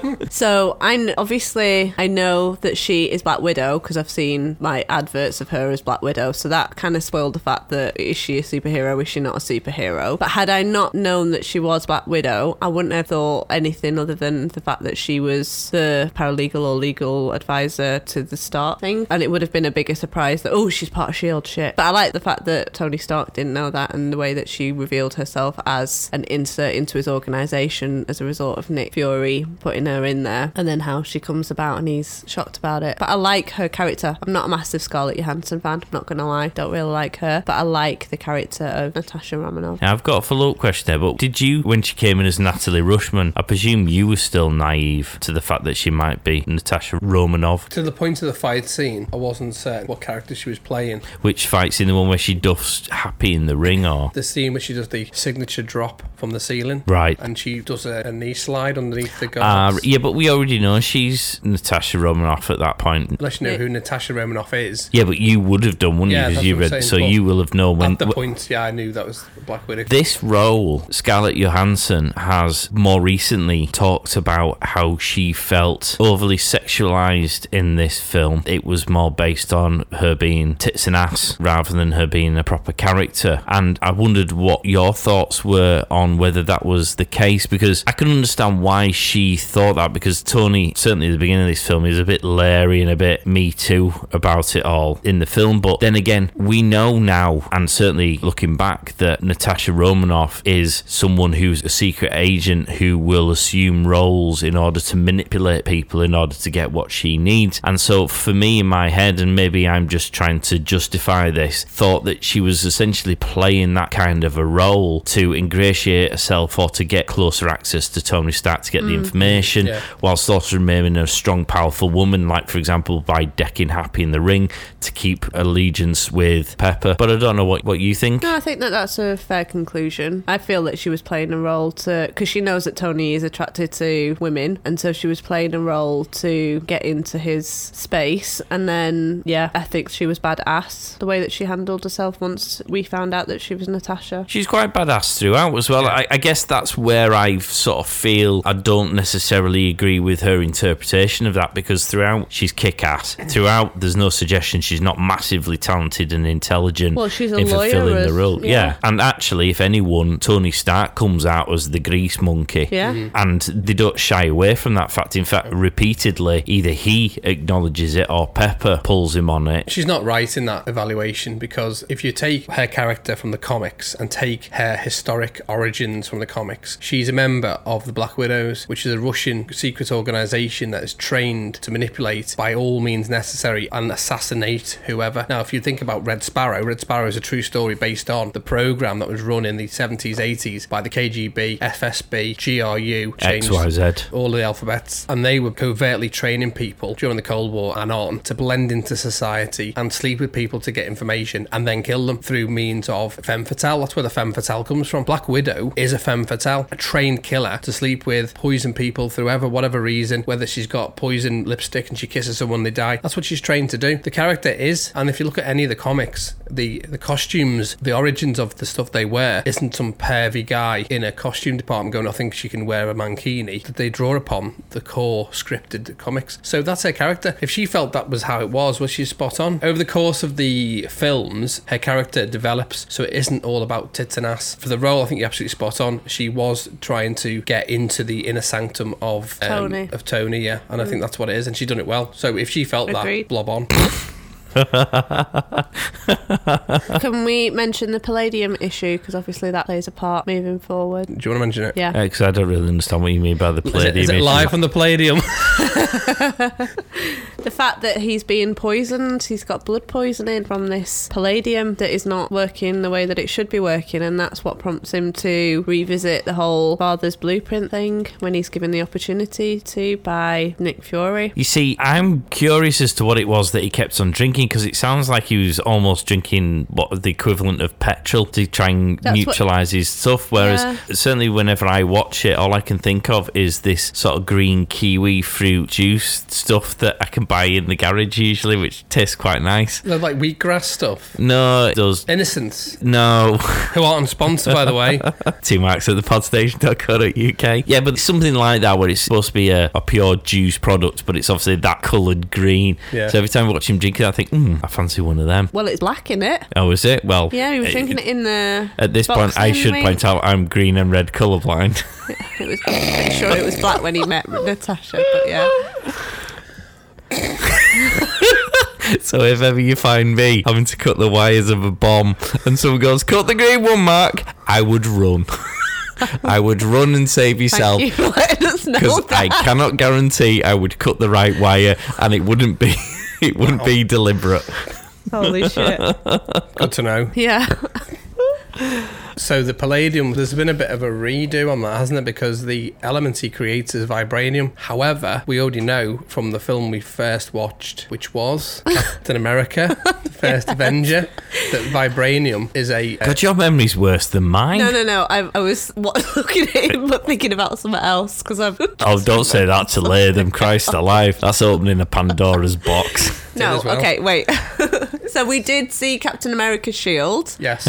Yeah. so I kn- obviously I know that she is Black Widow because I've seen my adverts of her as Black Widow. So that kind of spoiled the fact that is she a superhero? Is she not a superhero? But had I not known that she was Black Widow, I wouldn't have thought anything other than the fact that she was the paralegal or legal advisor to the Stark thing, and it would have been a bigger surprise that oh she's part of Shield shit. But I like the fact that Tony Stark didn't know that, and the way that she revealed herself as an insert into his organization as a result of Nick Fury putting her in there, and then how she comes about and he's shocked about it. But I like her character. I'm not a massive Scarlett Johansson fan. I'm not gonna lie, don't really like her, but I like the character of Natasha Romanoff. Now, I've got a follow up question there, but did you, when she came in as Natalie Rushman, I presume you were still naive to the fact that she might be Natasha Romanov, to the point of the fight scene, I wasn't certain what character she was playing. which fights in the one where she duffs Happy in the ring, or. The scene where she does the signature drop from the ceiling, Right. And she does a, a knee slide underneath the Uh, guards. yeah, but we already know she's Natasha Romanoff at that point. Unless you know who Natasha Romanoff is. Yeah, but you would have done, wouldn't Yeah, you? that's Because you what I'm read, saying, so but you will have known when. At the point, yeah, I knew that was Black Widow. This role, Scarlett Johansson has more recently talked about how she felt overly sexualized in this film. It was more based on her being tits and ass rather than her being a proper character. And I wondered what your thoughts were on whether that was the case because I can understand why she thought that because Tony, certainly at the beginning of this film, is a bit leery and a bit me too about it all in the film. But then again, we know now, and certainly looking back, that Natasha Romanoff is someone who's a secret agent who will assume roles in order to manipulate people in order to get what she needs. And so, for me in my head, and maybe I'm just trying to justify this, thought that she was essentially playing that kind of a role to ingratiate herself or to get closer access to Tony Stark to get the information, Yeah. whilst also remaining a strong, powerful woman, like, for example, by decking Happy in the ring to keep allegiance with Pepper. But I don't know what, what you think. No, I think that that's a fair conclusion. I feel that she was playing a role to, because she knows that Tony is attracted to women, and so she was playing a role to get into his space. And then, yeah, I think she was badass the way that she handled herself once we found out that she was Natasha. She's quite badass throughout as well. I, I guess that's where I sort of feel I don't necessarily agree with her interpretation of that because throughout she's kick ass. Throughout, there's no suggestion she's not massively talented and intelligent Well, she's a in fulfilling lawyer, the role. yeah. yeah. And actually, if anyone, Tony Stark comes out as the grease monkey. Yeah. Mm-hmm. Mhm. And they don't shy away from that fact. In fact, repeatedly, either he acknowledges it or Pepper pulls him on it. She's not right in that evaluation because if you take her character from the comics and take her historic origins from the comics, she's a member of the Black Widows, which is a Russian secret organization that is trained to manipulate by all means necessary and assassinate whoever. Now, if you think about Red Sparrow, Red Sparrow is a true story based on the program that was run in the 70s, 80s by the KGB, FSB, GRU, changed XYZ. all the alphabets, and they were covertly training people during the Cold War and on to blend into society and sleep with people to get information and then kill them through means of femme fatale. That's where the femme fatale comes from. Black Widow is a femme fatale, a trained killer to sleep with, poison people through ever, whatever reason, whether she's got poison lipstick and she kisses someone, they die. That's what she's trained to do. The character is, and if you look at any of the comics, the, the costumes, the origins of the stuff they wear isn't some pervy guy in a costume department going, I think she can wear a mankini. That they draw upon the core scripted comics. So that's her character. If she felt that was how it was, was she spot on? Over the course of the films, her character develops, so it isn't all about tits and ass. For the role, I think you're absolutely spot on. She was trying to get into the inner sanctum of um, Tony. Mm. Of Tony, yeah. And I think that's what it is, and she done it well. So if she felt Agreed. that, blob on. Can we mention the palladium issue? Because obviously that plays a part moving forward. Do you want to mention it? Yeah. Because I don't really understand what you mean by the Is it, palladium. is it issue. live on the Palladium? The fact that he's being poisoned, he's got blood poisoning from this palladium that is not working the way that it should be working, and that's what prompts him to revisit the whole father's blueprint thing when he's given the opportunity to by Nick Fury. You see, I'm curious as to what it was that he kept on drinking because it sounds like he was almost drinking what the equivalent of petrol to try and That's what- neutralize his stuff. Whereas, Yeah. certainly, whenever I watch it, all I can think of is this sort of green kiwi fruit juice stuff that I can buy in the garage usually, which tastes quite nice. They're like wheatgrass stuff. No, it does. Innocence, No, [LAUGHS] who aren't sponsored, by the way. two marks at the podstation.co.uk. Yeah, but something like that where it's supposed to be a, a pure juice product, but it's obviously that coloured green. Yeah. So every time I watch him drink it, I think, mm, I fancy one of them. Well, it's black in it. Oh, is it? Well, Yeah, he was eh, drinking it in the. At this box, point, I didn't should we? point out I'm green and red colourblind. [LAUGHS] It was I'm pretty sure it was black when he met Natasha, but [LAUGHS] yeah. so if ever you find me having to cut the wires of a bomb and someone goes, cut the green one, Mark, I would run. [LAUGHS] I would run and save yourself. Thank you for letting [LAUGHS] us know because that. I cannot guarantee I would cut the right wire, and it wouldn't be [LAUGHS] it wouldn't be deliberate. Holy shit. Good to know. [LAUGHS] Yeah. So the palladium, there's been a bit of a redo on that, hasn't it? Because the element he creates is vibranium. However, we already know from the film we first watched, which [LAUGHS] was Captain America, the first Avenger, that vibranium is a. a- God, your memory's worse than mine. No, no, no. I, I was wa- [LAUGHS] looking at him but thinking about something else because I'm. Oh, don't say that to lay them. Christ alive, that's opening a Pandora's [LAUGHS] box. No, as well. okay, wait. [LAUGHS] so we did see Captain America's shield yes.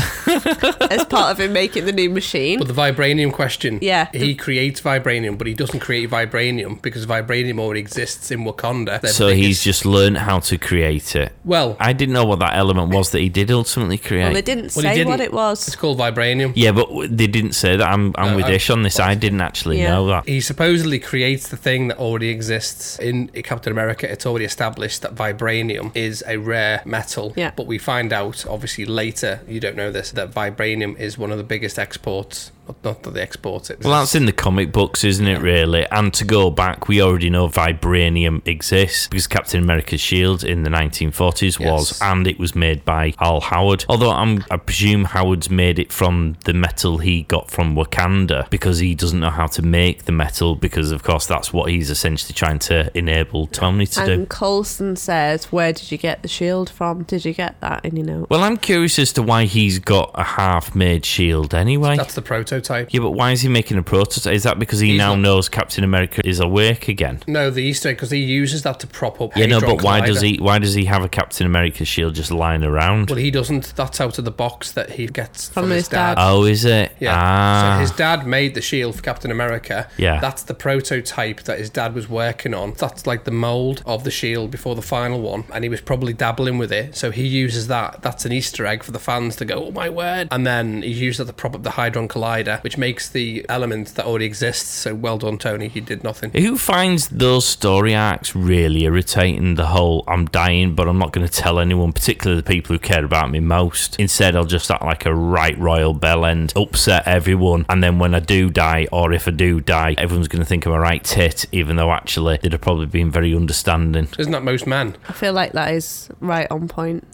as part of him making the new machine. But the vibranium question. Yeah. He creates vibranium, but he doesn't create vibranium because vibranium already exists in Wakanda. Their So biggest- he's just learned how to create it. Well, I didn't know what that element was that he did ultimately Well, they create. didn't Well, he say what didn't. it it's was. called vibranium. Yeah, but w- they didn't say that. I'm, I'm No, with I- Ish on this. I didn't actually Yeah. know that. He supposedly creates the thing that already exists in Captain America. It's already established that vibranium is a rare metal. Yeah. But we find out, obviously, later, you don't know this, that vibranium is one of the biggest exports. Not, not that they export it. Well, that's in the comic books, isn't it, really? And to go back, we already know vibranium exists because Captain America's shield in the 1940s Yes. was, and it was made by Al Howard. Although I'm, I presume Howard's made it from the metal he got from Wakanda because he doesn't know how to make the metal because, of course, that's what he's essentially trying to enable Tony to do. And Colson says, Where did you get the shield from? Did you get that? And you know. Well, I'm curious as to why he's got a half-made shield anyway. That's the prototype. yeah, but why is he making a prototype? Is that because he He's now not- knows Captain America is awake again? No, the Easter egg, because he uses that to prop up. Yeah, no, Hadron but why Collider. does he? Why does he have a Captain America shield just lying around? Well, he doesn't. That's out of the box that he gets from, his, dad. oh, is it? Yeah. Ah. So his dad made the shield for Captain America. Yeah. That's the prototype that his dad was working on. That's like the mold of the shield before the final one, and he was probably dabbling with it. So he uses that. That's an Easter egg for the fans to go, "Oh my word!" And then he used that to prop up the Hydron Collider, which makes the element that already exists. So well done, Tony. He did nothing. Who finds those story arcs really irritating? The whole I'm dying, but I'm not going to tell anyone, particularly the people who care about me most. Instead, I'll just act like a right royal bell end, upset everyone, and then when I do die, or if I do die, everyone's going to think I'm a right tit, even though actually they'd have probably been very understanding. Isn't that most men? I feel like that is right on point.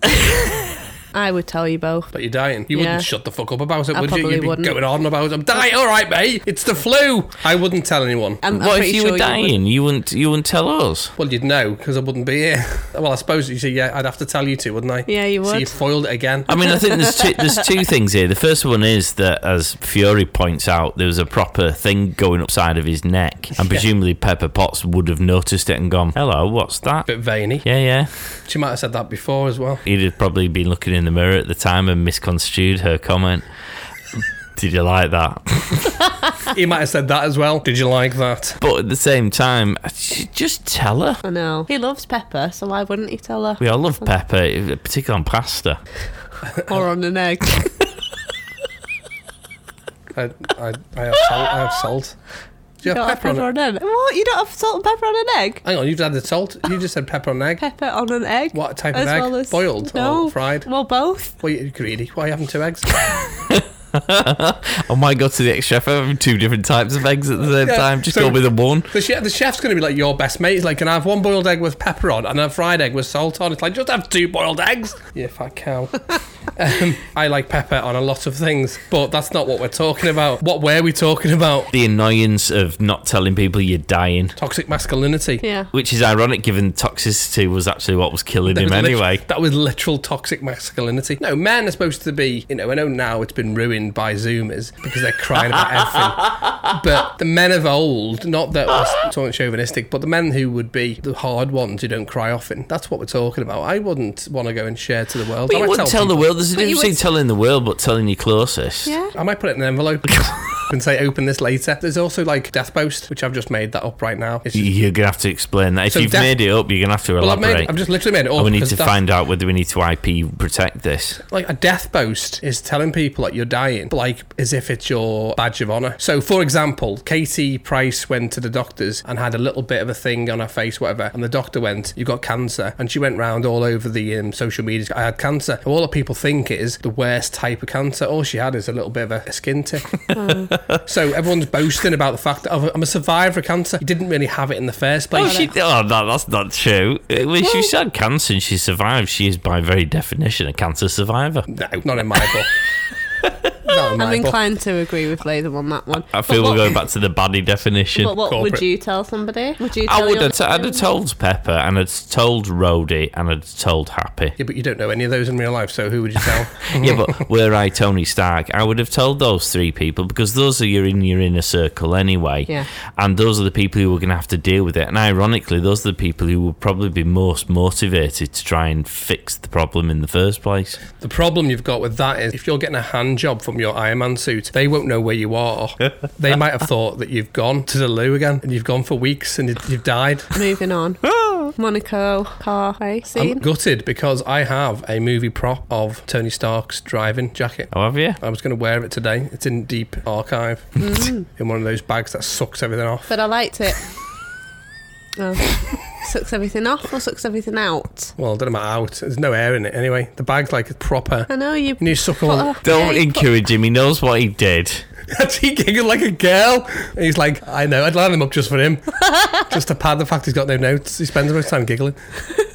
I would tell you both. But you're dying. You Yeah. wouldn't shut the fuck up about it, I would you? probably You'd be wouldn't. going on about it. I'm dying. All right, mate. It's the flu. I wouldn't tell anyone. I'm, I'm what if pretty you sure were you would- dying? You, wouldn't. You wouldn't tell us. Well, you'd know because I wouldn't be [LAUGHS] here. Well, I suppose you see, yeah, I'd have to tell you to, wouldn't I? Yeah, you So would. you foiled it again. I mean, I think there's two, there's two things here. The first one is that, as Fury points out, there was a proper thing going upside of his neck, and presumably Pepper Potts would have noticed it and gone, "Hello, what's that?" bit veiny. Yeah, yeah. She might have said that before as [LAUGHS] well. He'd have probably been looking in the mirror at the time and misconstrued her comment. Did you like that? he might have said that as well. Did you like that? But at the same time, I should just tell her. I know. He loves pepper, so why wouldn't he [LAUGHS] tell her? We all love pepper, particularly on pasta. Or on an egg. I, I, I, have, salt, I have salt. Do you have Got pepper on it? on an egg. What? You don't have salt and pepper on an egg? Hang on, you've added salt. You just said pepper on egg. Pepper on an egg? What type of egg? Boiled or no, fried? Well, both. Well, you're greedy. Why are you having two eggs? I might go to the ex chef having two different types of eggs at the same Yeah, time. Just so- go with the one. The, chef, the chef's going to be like your best mate. He's like, can I have one boiled egg with pepper on and a fried egg with salt on? It's like, just have two boiled eggs. Yeah, fat cow. [LAUGHS] um, I like pepper on a lot of things, but that's not what we're talking about. What were we talking about? The annoyance of not telling people you're dying. Toxic masculinity. Yeah. Which is ironic given toxicity was actually what was killing him was lit- anyway. that was literal toxic masculinity. No, men are supposed to be, you know, I know now it's been ruined by Zoomers because they're crying [LAUGHS] about everything. But the men of old, not that we're talking chauvinistic, but the men who would be the hard ones who don't cry often. That's what we're talking about. I wouldn't want to go and share to the world. But I you might wouldn't tell, the people- world. There's a But you difference between would- telling the world but telling your closest. Yeah. I might put it in an envelope. [LAUGHS] And say open this later. There's also like Death Post, which I've just made that up right now. It's just- You're gonna have to explain that. If So you've that- made it up, you're gonna have to well, I've, elaborate. made, I've just literally made it up. and we need because to that's- find out whether we need to IP protect this. like a death boast is telling people that you're dying, like as if it's your badge of honor. So, for example, Katie Price went to the doctors and had a little bit of a thing on her face, whatever, and the doctor went, "You got cancer," and she went round all over the um, social media. I had cancer. All the people think is the worst type of cancer. All she had is a little bit of a, a skin tick. so everyone's boasting about the fact that "Oh, I'm a survivor of cancer. You didn't really have it in the first place. Oh, she, oh no, that's not true. Uh, Well, she had cancer and she survived. She is, by very definition, a cancer survivor. no, not in my book. Not in my I'm book. inclined to agree with Latham on that one. I feel but we're what, going back to the baddie definition. But what corporate. would you tell somebody? Would you tell I would your have. T- I'd have husband? told Pepper and I'd told Rhodey and I'd told Happy. Yeah, but you don't know any of those in real life, so who would you tell? yeah, but were I Tony Stark, I would have told those three people because those are your in your inner circle anyway. Yeah. And those are the people who were going to have to deal with it. And ironically, those are the people who will probably be most motivated to try and fix the problem in the first place. The problem you've got with that is if you're getting a hand job from your Iron Man suit, they won't know where you are. they might have thought that you've gone to the loo again and you've gone for weeks and you've- you've died. [LAUGHS] Moving on. Ah. Monaco car race I'm scene. gutted because I have a movie prop of Tony Stark's driving jacket. Oh, have you? I was going to wear it today. It's in deep archive [LAUGHS] in one of those bags that sucks everything off. But I liked it. oh. Sucks everything off or sucks everything out? Well, it doesn't matter how. it's- There's no air in it anyway. The bag's like a proper. I know you. And you suck all. Oh, Don't yeah, you put- encourage him. He knows what he did. [LAUGHS] he giggled like a girl. And he's like, I know, I'd line them up just for [LAUGHS] him. just to pad the fact he's got no notes. He spends most time giggling.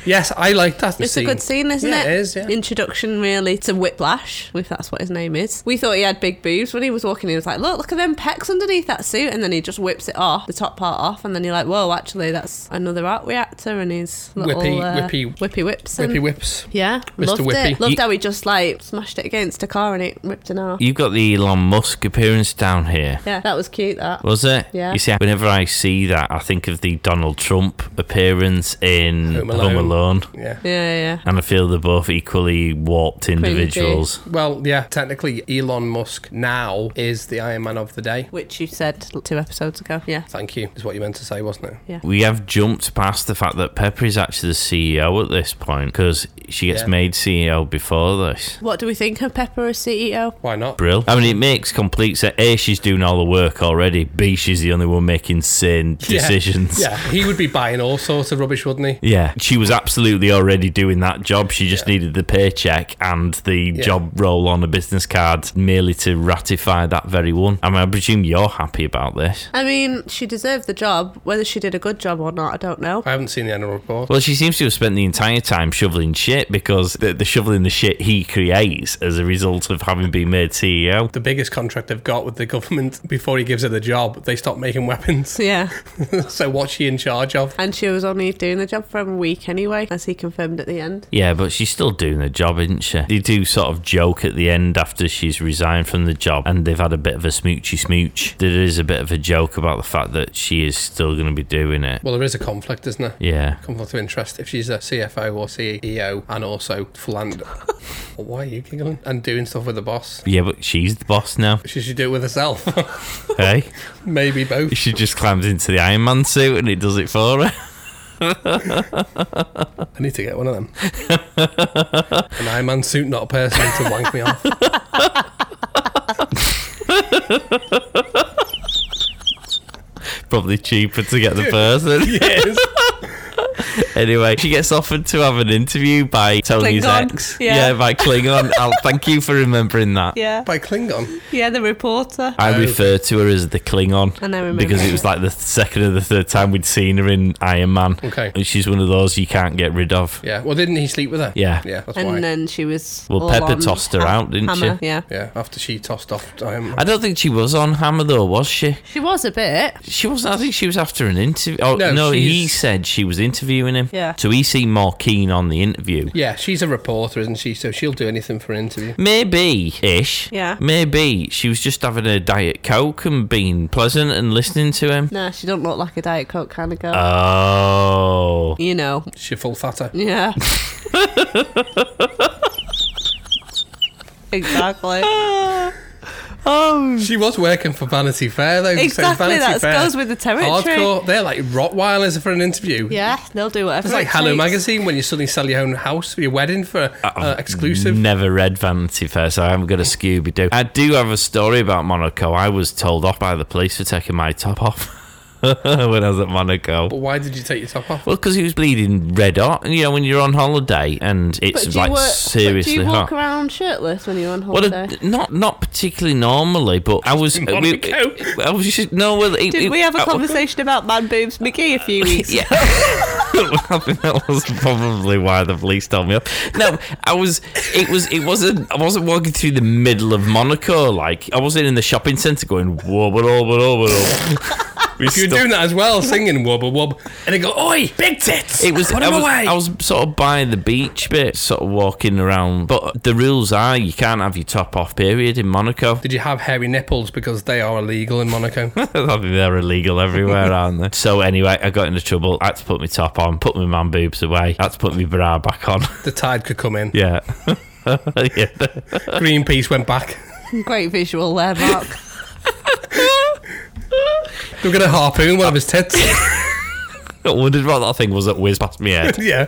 Yes, I like that. It's scene. a good scene, isn't Yeah, it? it is, yeah. Introduction, really, to Whiplash, if that's what his name is. We thought he had big boobs when he was walking. He was like, "Look, look at them pecs underneath that suit," and then he just whips it off, the top part off, and then you're like, "Whoa, actually, that's another art reactor and his little Whippy- uh, whippy- whippy whips." and- Whippy whips. yeah, Mr. loved Whippy. it. Loved You- how he just like smashed it against a car and it ripped an off. You've got the Elon Musk appearance down here. Yeah, that was cute. That Was it? Yeah. You see, whenever I see that, I think of the Donald Trump appearance in Home Home Alone. Alone, Yeah. yeah, yeah. and I feel they're both equally warped individuals. Well, yeah, technically, Elon Musk now is the Iron Man of the day. Which you said two episodes ago. Yeah, Thank you, is what you meant to say, wasn't it? We have jumped past the fact that Pepper is actually the CEO at this point because she gets Yeah. made CEO before this. What do we think of Pepper as E CEO? Why not? Brill. I mean, it makes complete sense. A, she's doing all the work already. B, she's the only one making sane [LAUGHS] Yeah. decisions. Yeah. he would be buying all sorts of rubbish, wouldn't he? Yeah, she was absolutely already doing that job. She just needed the paycheck and the job role on a business card merely to ratify that very one. I mean, I presume you're happy about this. I mean, she deserved the job. Whether she did a good job or not, I don't know. I haven't seen the annual report. Well, she seems to have spent the entire time shoveling shit because they're, they're shoveling the shit he creates as a result of having been made E CEO. The biggest contract they've got with the government [LAUGHS] before he gives her the job, they stop making weapons. [LAUGHS] So, yeah, so, what's she in charge of? and she was only doing the job for a week anyway, as he confirmed at the end. Yeah, but she's still doing the job, isn't she? They do sort of joke at the end after she's resigned from the job and they've had a bit of a smoochy smooch. There is a bit of a joke about the fact that she is still going to be doing it. Well, there is a conflict, isn't there? Yeah. conflict of interest if she's a CFO or CEO and also philanderer. Why are you giggling? And doing stuff with the boss. Yeah, but she's the boss now. [LAUGHS] She should do it with herself. [LAUGHS] Hey, Maybe both. she just climbs into the Iron Man suit and it does it for her. I need to get one of them. An Iron Man suit, not a person to wank me off. probably cheaper to [LAUGHS] get the person. Yes. [LAUGHS] Anyway, she gets offered to have an interview by Tony's Klingon. ex. Yeah. by [LAUGHS] Klingon. I'll, thank you for remembering that. Yeah. By Klingon. Yeah, the reporter. I Oh. refer to her as the Klingon And I remember because it was like the second or the third time we'd seen her in Iron Man. Okay. And she's one of those you can't get rid of. Yeah. Well, didn't he sleep with her? Yeah. Yeah, that's why. And then she was. Well, all Pepper on tossed her ha- out, didn't hammer. she? Yeah. yeah, after she tossed off. Um, I don't think she was on Hammer though, was she? She was a bit. She wasn't. I think she was after an interview. Oh, No, no, he she's- said she was interviewing him. Yeah. So he seemed more keen on the interview. yeah, she's a reporter, isn't she? So she'll do anything for an interview. Maybe ish. Yeah. Maybe she was just having a diet coke and being pleasant and listening to him. No, she don't look like a Diet Coke kind of girl. Uh. Oh. you know. She's a full fatter. [LAUGHS] Yeah. [LAUGHS] [LAUGHS] exactly. Oh. She was working for Vanity Fair, though. so Mm. Exactly, Vanity that Fair, goes with the territory. Hardcore. They're like Rottweilers for an interview. Yeah, they'll do whatever. It's like it Hello takes. Magazine when you suddenly sell your own house for your wedding for an exclusive. Never read Vanity Fair, so I haven't got a Scooby Doo. I do have a story about Monaco. I was told off by the police for taking my top off [LAUGHS] when I was at Monaco. But why did you take your top off? Well, because he was bleeding red hot. And, you know, when you're on holiday and But it's do you like wa- but seriously do you walk hot. around shirtless when you're on Well, holiday? uh, not not particularly normally, but I [LAUGHS] was. We, Monaco. I was just, no, well, it, Did it- we have a I- conversation about man boobs McGee [LAUGHS] a few weeks? Yeah. I think that was probably why the police told me up. No, I was. It was. It wasn't. I wasn't walking through the middle of Monaco. Like I wasn't in the shopping centre going wobble wobble wobble. [LAUGHS] If you were doing that as well, singing wobble wob, and they go, "Oi, big tits!" It was. Put I 'em was, away. I was sort of by the beach bit, sort of walking around. But the rules are you can't have your top off. Period in Monaco. [LAUGHS] Did you have hairy nipples because they are illegal in Monaco? I mean, they're [LAUGHS] illegal everywhere, aren't they? So anyway, I got into trouble. I had to put my top on, put my man boobs away. I had to put my bra back on. [LAUGHS] the tide could come in. yeah. [LAUGHS] yeah. Greenpeace went back. Great visual there, [LAUGHS] Mark. They're gonna harpoon one of his [LAUGHS] tits. [LAUGHS] I wondered what that thing was that whizzed past my head. yeah.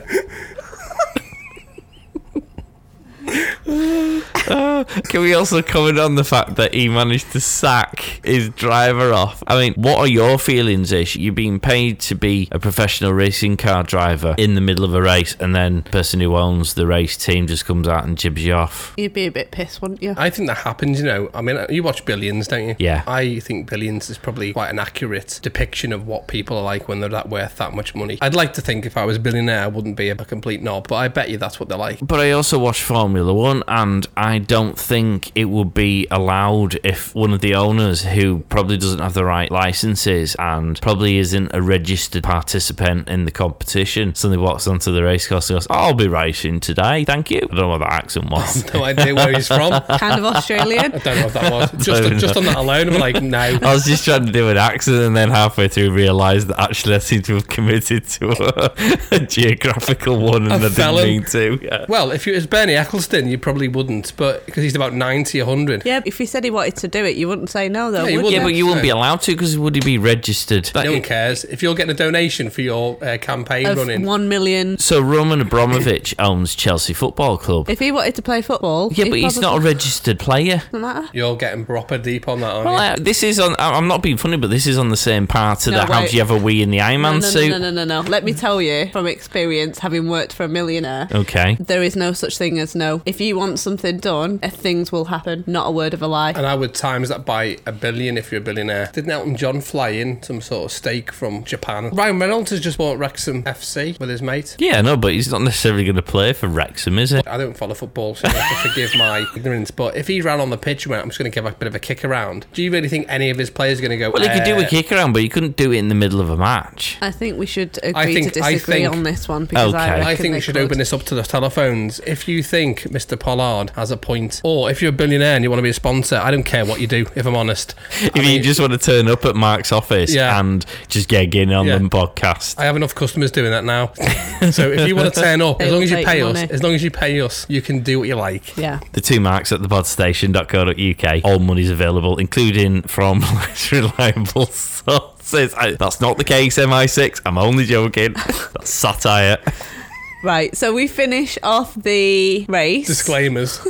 [LAUGHS] Can we also comment on the fact that he managed to sack his driver off? I mean, what are your feelings, Ish? You're being paid to be a professional racing car driver in the middle of a race, and then the person who owns the race team just comes out and jibs you off. You'd be a bit pissed, wouldn't you? I think that happens, you know. I mean, uh, you watch Billions, don't you? Yeah. I think Billions is probably quite an accurate depiction of what people are like when they're that worth that much money. I'd like to think if I was a billionaire, I wouldn't be a complete knob, but I bet you that's what they're like. But I also watch Formula One, and I don't think it would be allowed if one of the owners, who probably doesn't have the right licenses and probably isn't a registered participant in the competition, suddenly walks onto the race course and goes, I'll be racing today, thank you. I don't know what that [LAUGHS] accent was. No idea where he's from. I Kind of Australian. don't know if that was. Don't Just, know. just on that alone, I'm like, no. Oh. I was just trying to do an accent, and then halfway through realised that actually I seem to have committed to a, [LAUGHS] a geographical one, and A I felon. didn't mean to. Yeah. Well, if it was Bernie Eccleston, you probably wouldn't, but because he's about 90, 100. [LAUGHS] Yeah, if he said he wanted to do it, you wouldn't say no, though, Yeah, you would wouldn't. you? Yeah, but you wouldn't be allowed to because would you be registered? That- No one cares. If you're getting a donation for your uh, campaign Of running, one million. So Roman Abramovich owns Chelsea Football Club. If he wanted to play football, yeah, he but he's not a probably- registered player. Doesn't matter. you're getting proper deep on that, aren't Well, you? uh, this is on. I- I'm not being funny, but this is on the same part of No, the how wait. do you have a wee in the Iron Man no, no, suit? no, no, no, no. Let me tell you from experience, having worked for a millionaire, Okay. there is no such thing as no. If you want something done, uh, things will happen. Not a word of a lie. And I would times that by a billion if you're a billionaire. Didn't Elton John fly in some sort of steak from Japan? Ryan Reynolds has just bought Wrexham FC with his mate. Yeah, no, but he's not necessarily going to play for Wrexham, is he? I don't follow football, so you have to forgive [LAUGHS] my ignorance. But if he ran on the pitch and went, I'm just going to give a bit of a kick around, do you really think any of his players are going to go, Well, he could do "Eh, a kick around, but he couldn't do it in the middle of a match. I think we should agree think- to I disagree think- on this one because Okay. I, reckon I think they we should could. open this up to the telephones. If you think Mr. Pollard has a point, or if you're a billionaire and you want to be a sponsor, I don't care what you do, if I'm honest. If you just want to turn up at Mark's office Yeah. and just get in on Yeah. the podcast, I have enough customers doing that [LAUGHS] now. so if you want to turn up, They as long will as you take pay your us, money. as long as you pay us, you can do what you like. Yeah. the two marks at thepodstation.co.uk. All money's available, including from [LAUGHS] less reliable sources. I, that's not the case, MI6. I'm only joking. That's satire. Right. So we finish off the race. [LAUGHS] Disclaimers.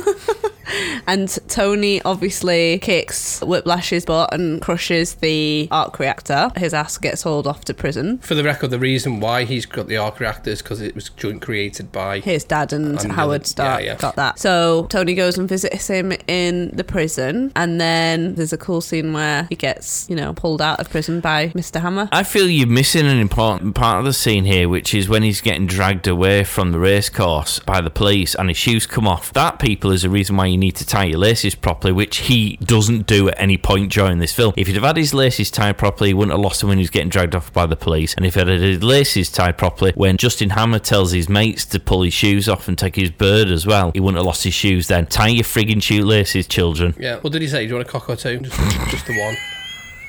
And Tony obviously kicks Whiplash's butt and crushes the arc reactor. His ass gets hauled off to prison. For the record, the reason why he's got the arc reactor is because it was joint created by. His dad and And the Howard other- Stark yeah, yeah. got that. So Tony goes and visits him in the prison, and then there's a cool scene where he gets, you know, pulled out of prison by Mr. Hammer. I feel you're missing an important part of the scene here, which is when he's getting dragged away from the race course by the police and his shoes come off. That, people, is a reason why you need to tie your laces properly, which he doesn't do at any point during this film. If he'd have had his laces tied properly, he wouldn't have lost him when he was getting dragged off by the police. And if he'd had his laces tied properly, when Justin Hammer tells his mates to pull his shoes off and take his bird as well, he wouldn't have lost his shoes then. Tie your friggin' shoelaces, children. Yeah. What did he say? Do you want a cock or two? Just, just the [LAUGHS] one.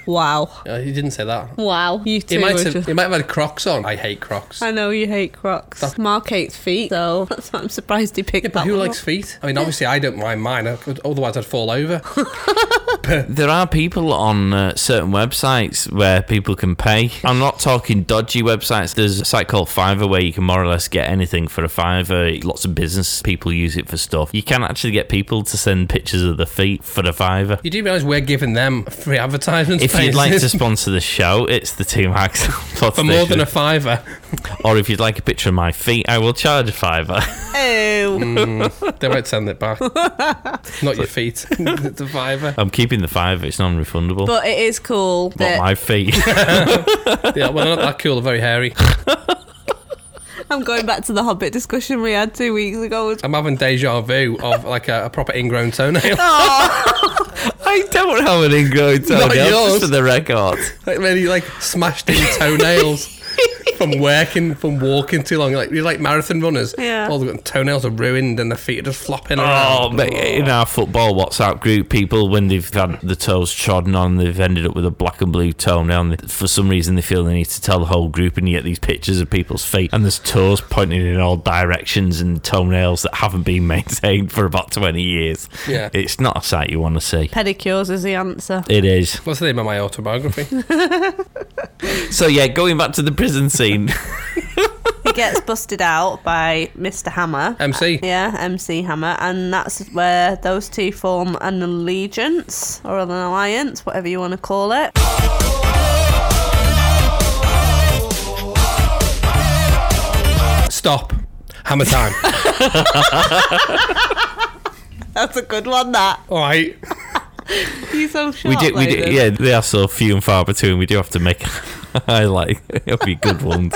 Wow. Yeah, he didn't say that. Wow. You He too. might, Richard. have, he might have had Crocs on. I hate Crocs. I know you hate Crocs. Mark hates feet, so [LAUGHS] that's why I'm surprised he picked Yeah, but that who one likes up. feet? I mean, obviously, I don't mind mine. I could- Otherwise, I'd fall [LAUGHS] over. There are people on uh, certain websites where people can pay. I'm not talking dodgy websites. There's a site called Fiverr where you can more or less get anything for a fiver. Lots of business people use it for stuff. You can actually get people to send pictures of the feet for a fiver. You do realise we're giving them free advertisement If you'd like [LAUGHS] to [LAUGHS] spaces sponsor the show, it's the Team Hacks [LAUGHS] Plot for more Station. than a fiver, or if you'd like a picture of my feet, I will charge a fiver. Oh. Mm. they won't send it [LAUGHS] back. Not your feet, [LAUGHS] the fiver. [LAUGHS] I'm keeping the fiver. It's non-refundable. But it is cool not that my feet. [LAUGHS] Yeah, well, they're not that cool. They're very hairy. I'm going back to the Hobbit discussion we had two weeks ago. I'm having deja vu of like a, a proper ingrown toenail. I don't have an ingrown [LAUGHS] Not toenail, yours. just for the record. like really like smashed in [LAUGHS] toenails from working from walking too long. Like you're like marathon runners. Yeah. All the toenails are ruined and the feet are just flopping Oh, around. mate, in our football WhatsApp group, people, when they've had the toes trodden on, they've ended up with a black and blue toenail. And they- for some reason, they feel they need to tell the whole group, and you get these pictures of people's feet, and there's toes pointing in all directions and toenails that haven't been [LAUGHS] maintained for about 20 years. Yeah. It's not a sight you want to see. [LAUGHS] Pedicures is the answer. It is. What's the name of my autobiography? [LAUGHS] So, yeah, going back to the prison scene. He gets busted out by Mr. Hammer. MC. Yeah, MC Hammer. And that's where those two form an allegiance or an alliance, whatever you want to call it. Stop. Hammer [LAUGHS] time. That's a good one, that. All right. You so sharp. we do, we do, Logan. yeah, they are so few and far between. We do have to make [LAUGHS] a highlight. [LAUGHS] It'll be good [LAUGHS] ones.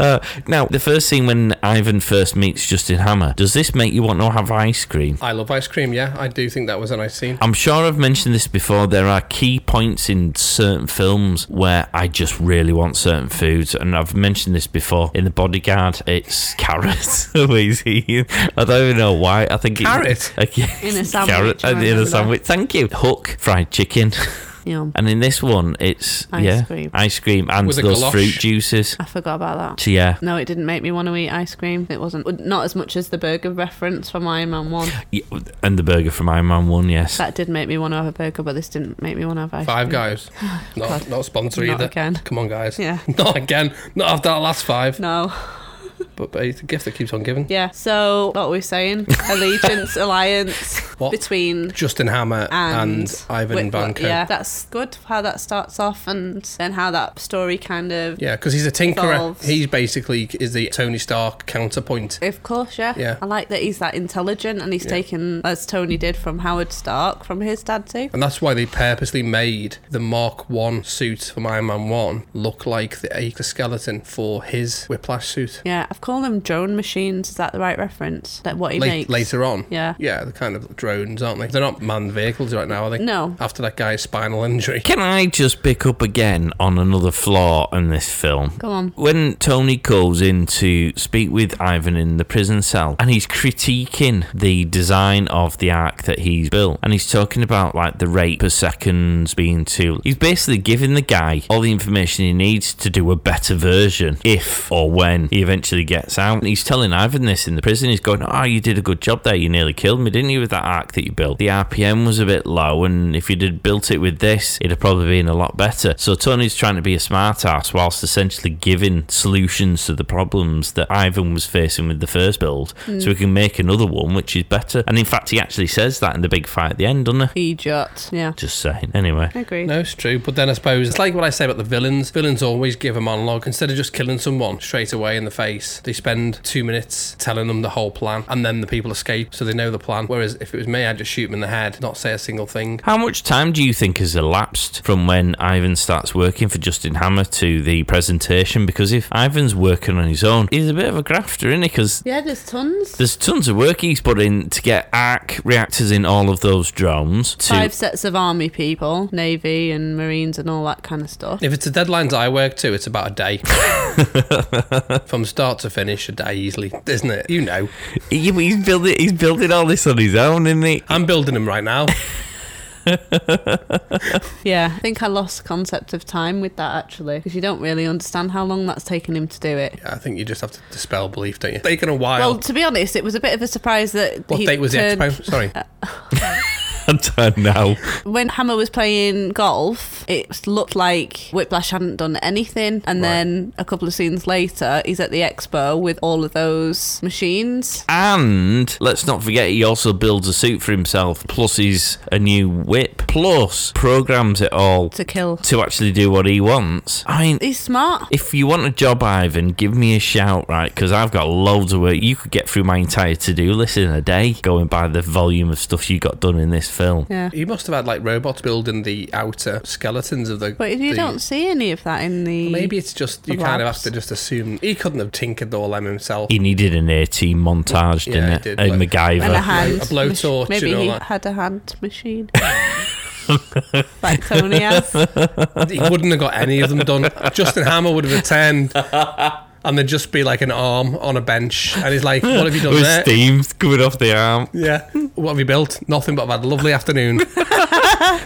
Uh, now, the first scene when Ivan first meets Justin Hammer, does this make you want to have ice cream? I love ice cream. Yeah, I do think that was a nice scene. I'm sure I've mentioned this before. There are key points in certain films where I just really want certain foods, and I've mentioned this before. In The Bodyguard, it's [LAUGHS] carrots. Always eating. I don't even know why. [LAUGHS] I think Carrot? it's In a sandwich, Carrot I uh, in remember a that. sandwich. Thank you. Hook fried chicken. [LAUGHS] Yum. And in this one, it's Ice yeah, cream. ice cream and With a those galosh. fruit juices. I forgot about that. So, yeah, No, it didn't make me want to eat ice cream. It wasn't not as much as the burger reference from Iron Man One. Yeah, and the burger from Iron Man One. Yes, That did make me want to have a burger, but this didn't make me want to have ice Five cream. guys. Not, [SIGHS] God. not sponsored Not either. again. Come on, guys. Yeah. [LAUGHS] Not again. Not after that last five. No. But, but it's a gift that keeps on giving. Yeah. So what were we saying? Allegiance, alliance What? between Justin Hammer and, and, Ivan Whip- Vanko. Yeah, that's good how that starts off and then how that story kind of. Yeah, because he's a tinkerer. Evolves. He's basically is the Tony Stark counterpoint. Of course, yeah. Yeah. I like that he's that intelligent and he's Yeah. taken, as Tony did from Howard Stark, from his dad too. And that's why they purposely made the Mark 1 suit from Iron Man 1 look like the exoskeleton for his Whiplash suit. Yeah, I've called them drone machines. Is that the right reference? That what he Late, makes later on. Yeah. Yeah, they're kind of drones, aren't they? They're not manned vehicles right now, are they? No. After that guy's spinal injury. Can I just pick up again on another flaw in this film? Go on. When Tony goes in to speak with Ivan in the prison cell and he's critiquing the design of the arc that he's built and he's talking about like the rate per seconds being too he's basically giving the guy all the information he needs to do a better version if or when he eventually gets gets out. He's telling Ivan this in the prison. He's going, Oh, you did a good job there. You nearly killed me, didn't you, with that arc that you built? The RPM was a bit low, and if you'd have built it with this, it'd have probably been a lot better. So Tony's trying to be a smart ass whilst essentially giving solutions to the problems that Ivan was facing with the first build. So he can make another one which is better. And in fact, he actually says that in the big fight at the end, doesn't he? Egypt. Yeah. Just saying. Anyway. Agreed. No, it's true. But then I suppose it's like what I say about the villains. Villains always give a monologue instead of just killing someone straight away in the face. They spend two minutes telling them the whole plan, and then the people escape, so they know the plan. Whereas if it was me, I'd just shoot them in the head, not say a single thing. How much time do you think has elapsed from when Ivan starts working for Justin Hammer to the presentation? Because if Ivan's working on his own, he's a bit of a grafter, isn't he? Because Yeah, there's tons. there's tons of work he's put in to get arc reactors in all of those drones. To Five sets of army people, navy and marines and all that kind of stuff. If it's the deadlines I work to, it's about a day. From start to finish, a day easily, isn't it? You know. Yeah, but he's building he's building all this on his own, isn't he? [LAUGHS] I'm building them right now. Yeah, I think I lost concept of time with that actually, because you don't really understand how long that's taken him to do it. I think you just have to dispel belief, don't you? Taking a while. Well, to be honest, it was a bit of a surprise that what he date was the turned- expo? [LAUGHS] Sorry. I'm done now. when Hammer was playing golf, it looked like Whiplash hadn't done anything. And then a couple of scenes later, he's at the expo with all of those machines. And let's not forget, he also builds a suit for himself. Plus, he's a new whip. Plus, programs it all To kill. to actually do what he wants. I mean, He's smart. If you want a job, Ivan, give me a shout, right? Because I've got loads of work. You could get through my entire to do list in a day going by the volume of stuff you got done in this film. Yeah. You must have had like robots building the outer skeletons of the. But you the- don't see any of that in the. Maybe it's just you the kind of labs. have to just assume he couldn't have tinkered all them himself. He needed an AT montage, Yeah, didn't he it? did, and like- MacGyver. And a A hand. blowtorch Maybe and all he that. had a hand [LAUGHS] machine. like Tony has. he wouldn't have got any of them done. Justin Hammer would have returned, and there'd just be like an arm on a bench, and he's like, "What have you done With there?" steam coming off the arm. Yeah. What have you built? Nothing, but I've had a lovely afternoon.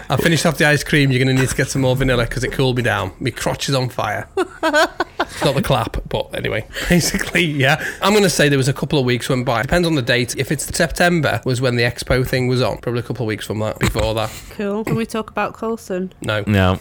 I finished off the ice cream. You're going to need to get some more vanilla because it cooled me down. My crotch is on fire. it's not the clap, but anyway. [LAUGHS] Basically, yeah. I'm going to say there was a couple of weeks went by. Depends on the date. If it's September, was when the expo thing was on. Probably a couple of weeks from that. Before that, Cool. Can we talk about Coulson? no. No.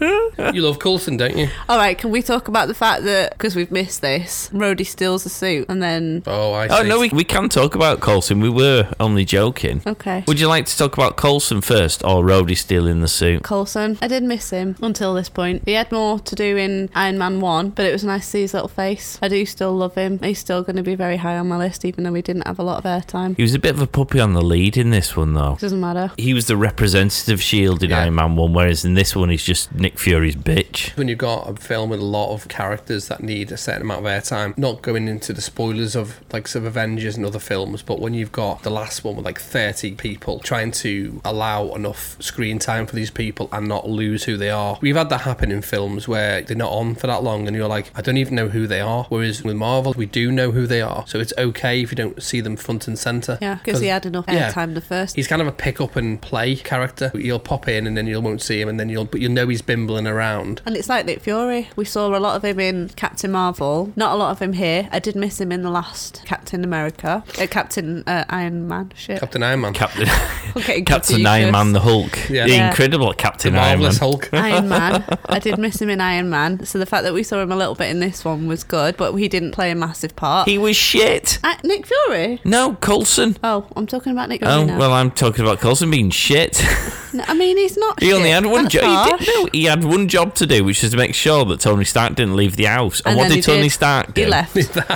You love Coulson, don't you? All right, can we talk about the fact that, because we've missed this, Rhodey steals a suit and then. Oh, I see. Oh, no, we, we can talk about Colson. We were only joking. Okay. Would you like to talk about Colson first or Rhodey stealing the suit? Coulson. I did miss him until this point. He had more to do in Iron Man 1, but it was nice to see his little face. I do still love him. He's still going to be very high on my list, even though we didn't have a lot of airtime. He was a bit of a puppy on the lead in this one, though. Doesn't matter. he was the representative shield in Yeah. Iron Man 1, whereas in this one, he's just Nick Fury's bitch. when you've got a film with a lot of characters that need a certain amount of airtime, not going into the spoilers of like sort of Avengers and other films, but when you've got the last one with like 30 people trying to allow enough screen time for these people and not lose who they are. We've had that happen in films where they're not on for that long and you're like, I don't even know who they are. Whereas with Marvel, we do know who they are. So it's okay if you don't see them front and center. Yeah, because he had enough Yeah. airtime the first. He's kind of a pick up and play character. You'll pop in and then you won't see him and then you'll but you'll know he's bimbling around. and it's like Nick Fury. We saw a lot of him in Captain Marvel. Not a lot of him here. I did miss him in the last Captain America. Uh, Captain uh, Iron Man. Shit. Captain Iron Man. [LAUGHS] Captain, I'm getting Captain confused. Iron Man, the Hulk. Yeah. The Yeah. incredible Captain Iron Man. Marvelous Hulk. [LAUGHS] [LAUGHS] Iron Man. I did miss him in Iron Man. So the fact that we saw him a little bit in this one was good, but he didn't play a massive part. He was shit. Uh, Nick Fury. No, Colson. Oh, I'm talking about Nick Fury Oh, now. well, I'm talking about Colson being shit. [LAUGHS] No, I mean, he's not. he only shit. had one That's job. harsh. No, he had one job to do, which is to make sure that Tony Stark didn't leave the house. And, And what then did he Tony did. Stark do? He left. He didn't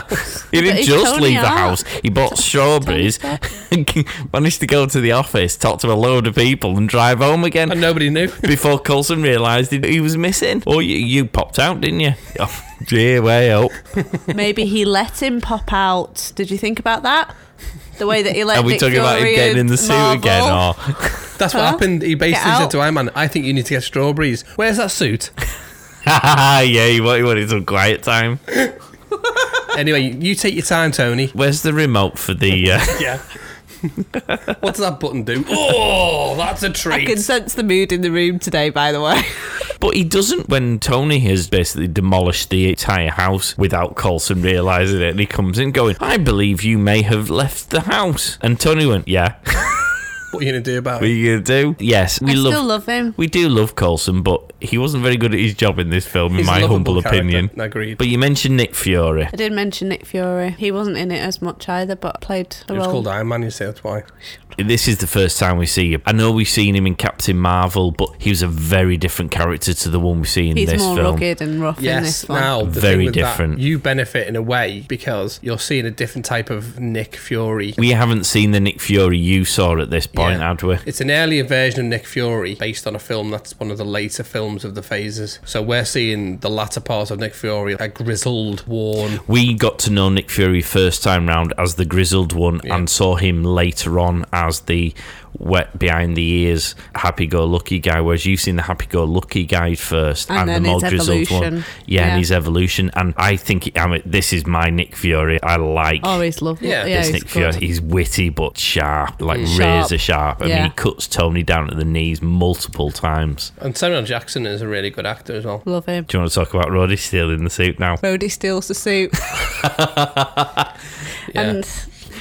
But just Tony leave the Stark- house. He bought strawberries, Stark. [LAUGHS] managed to go to the office, talk to a load of people, and drive home again. And nobody knew. [LAUGHS] [LAUGHS] before Coulson realised he, he was missing. Or you, you popped out, didn't you? [LAUGHS] Oh, dear way up. Maybe he let him pop out. Did you think about that? The way that he let. Are we Nick talking about him Fury getting in the and suit Marvel- again? Or [LAUGHS] That's what Huh? happened. He basically Get said out. to Iron Man, I think you need to get strawberries. Where's that [LAUGHS] suit? yeah, he wa- he wanted some quiet time. anyway, you take your time, Tony. Where's the remote for the? Uh, [LAUGHS] Yeah. what does that button do? Oh, that's a I can treat. sense the mood in the room today. By the way, But he doesn't when Tony has basically demolished the entire house without Coulson realizing it. And he comes in going, I believe you may have left the house. And Tony went, Yeah. [LAUGHS] What are you going to do about what are it? you going to do? Yes. We [LAUGHS] I love. still love him. we do love Coulson, but he wasn't very good at his job in this film, in He's a my lovable humble character. opinion. Agreed. But you mentioned Nick Fury. I did mention Nick Fury. He wasn't in it as much either, but played the it was role. called Iron Man, you say that's why. This is the first time we see him. I know we've seen him in Captain Marvel, but he was a very different character to the one we see in He's this more film. rugged and rough in this Yes, one. now the Very thing with that, different. you benefit in a way because you're seeing a different type of Nick Fury. We haven't seen the Nick Fury you saw at this point, Yeah. had we? It's an earlier version of Nick Fury based on a film that's one of the later films of the phases. So we're seeing the latter part of Nick Fury, a grizzled, worn. We got to know Nick Fury first time round as the grizzled one Yeah. and saw him later on as the wet behind the ears, happy go lucky guy, whereas you've seen the happy go lucky guy first And and, then the more his grizzled one. evolution. Yeah, Yeah. and his evolution. And I think I mean, this is my Nick Fury. I like Oh, he's lovely. Yeah, Yeah, this It's he's Nick Fury. good. He's witty but sharp, like Mm. razor sharp. I mean, Yeah. he cuts Tony down at the knees multiple times. And Samuel Jackson is a really good actor as well. Love him. Do you want to talk about Roddy stealing the suit now? Brody steals [LAUGHS] the suit. Yeah. And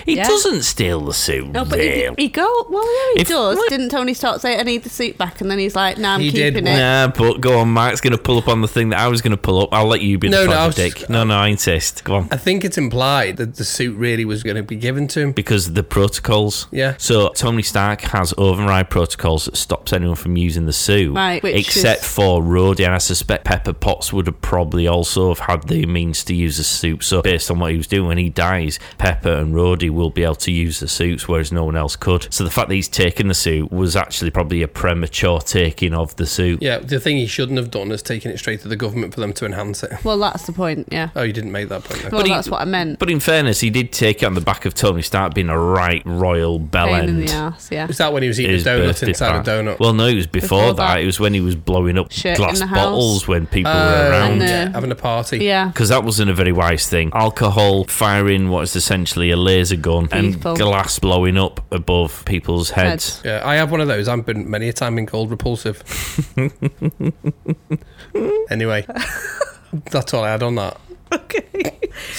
He Yeah. doesn't steal the suit. no, but he, really. he go. Well, yeah, he If- does. what- Didn't Tony Stark say I need the suit back? And then he's like, Nah, I'm He did keeping it. Nah, but go on, Mark's going to pull up on the thing that I was going to pull up. I'll let you be No, the no, I no, was dick. just- no, no, I insist. Go on. I think it's implied that the suit really was going to be given to him. Because the protocols. Yeah. So Tony Stark has override protocols that stops anyone from using the suit. Right, which except is- for Rhodey, and I suspect Pepper Potts would have probably also have had the means to use the suit. So based on what he was doing, when he dies, Pepper and Rhodey will be able to use the suits, whereas no one else could. So the fact that he's taken the suit was actually probably a premature taking of the suit. Yeah, the thing he shouldn't have done is taken it straight to the government for them to enhance it. Well, that's the point. Yeah. Oh, you didn't make that point. Though. Well, he- that's what I meant. But in fairness, he did take it on the back of Tony Stark being a right royal bell Pain end. in the ass. Yeah. Is that when he was eating a His donut birthday inside a party. donut? Well, no, it was before, Before that. that. It was when he was blowing up Shit in glass the house. bottles when people Oh, were And around. the- yeah, having a party. Yeah. Because that wasn't a very wise thing. Alcohol firing what is essentially a laser gun Beautiful. and glass blowing up above people's heads. Yeah, I have one of those. I've been many a time been called [LAUGHS] repulsive. anyway, that's all I had on that. Okay.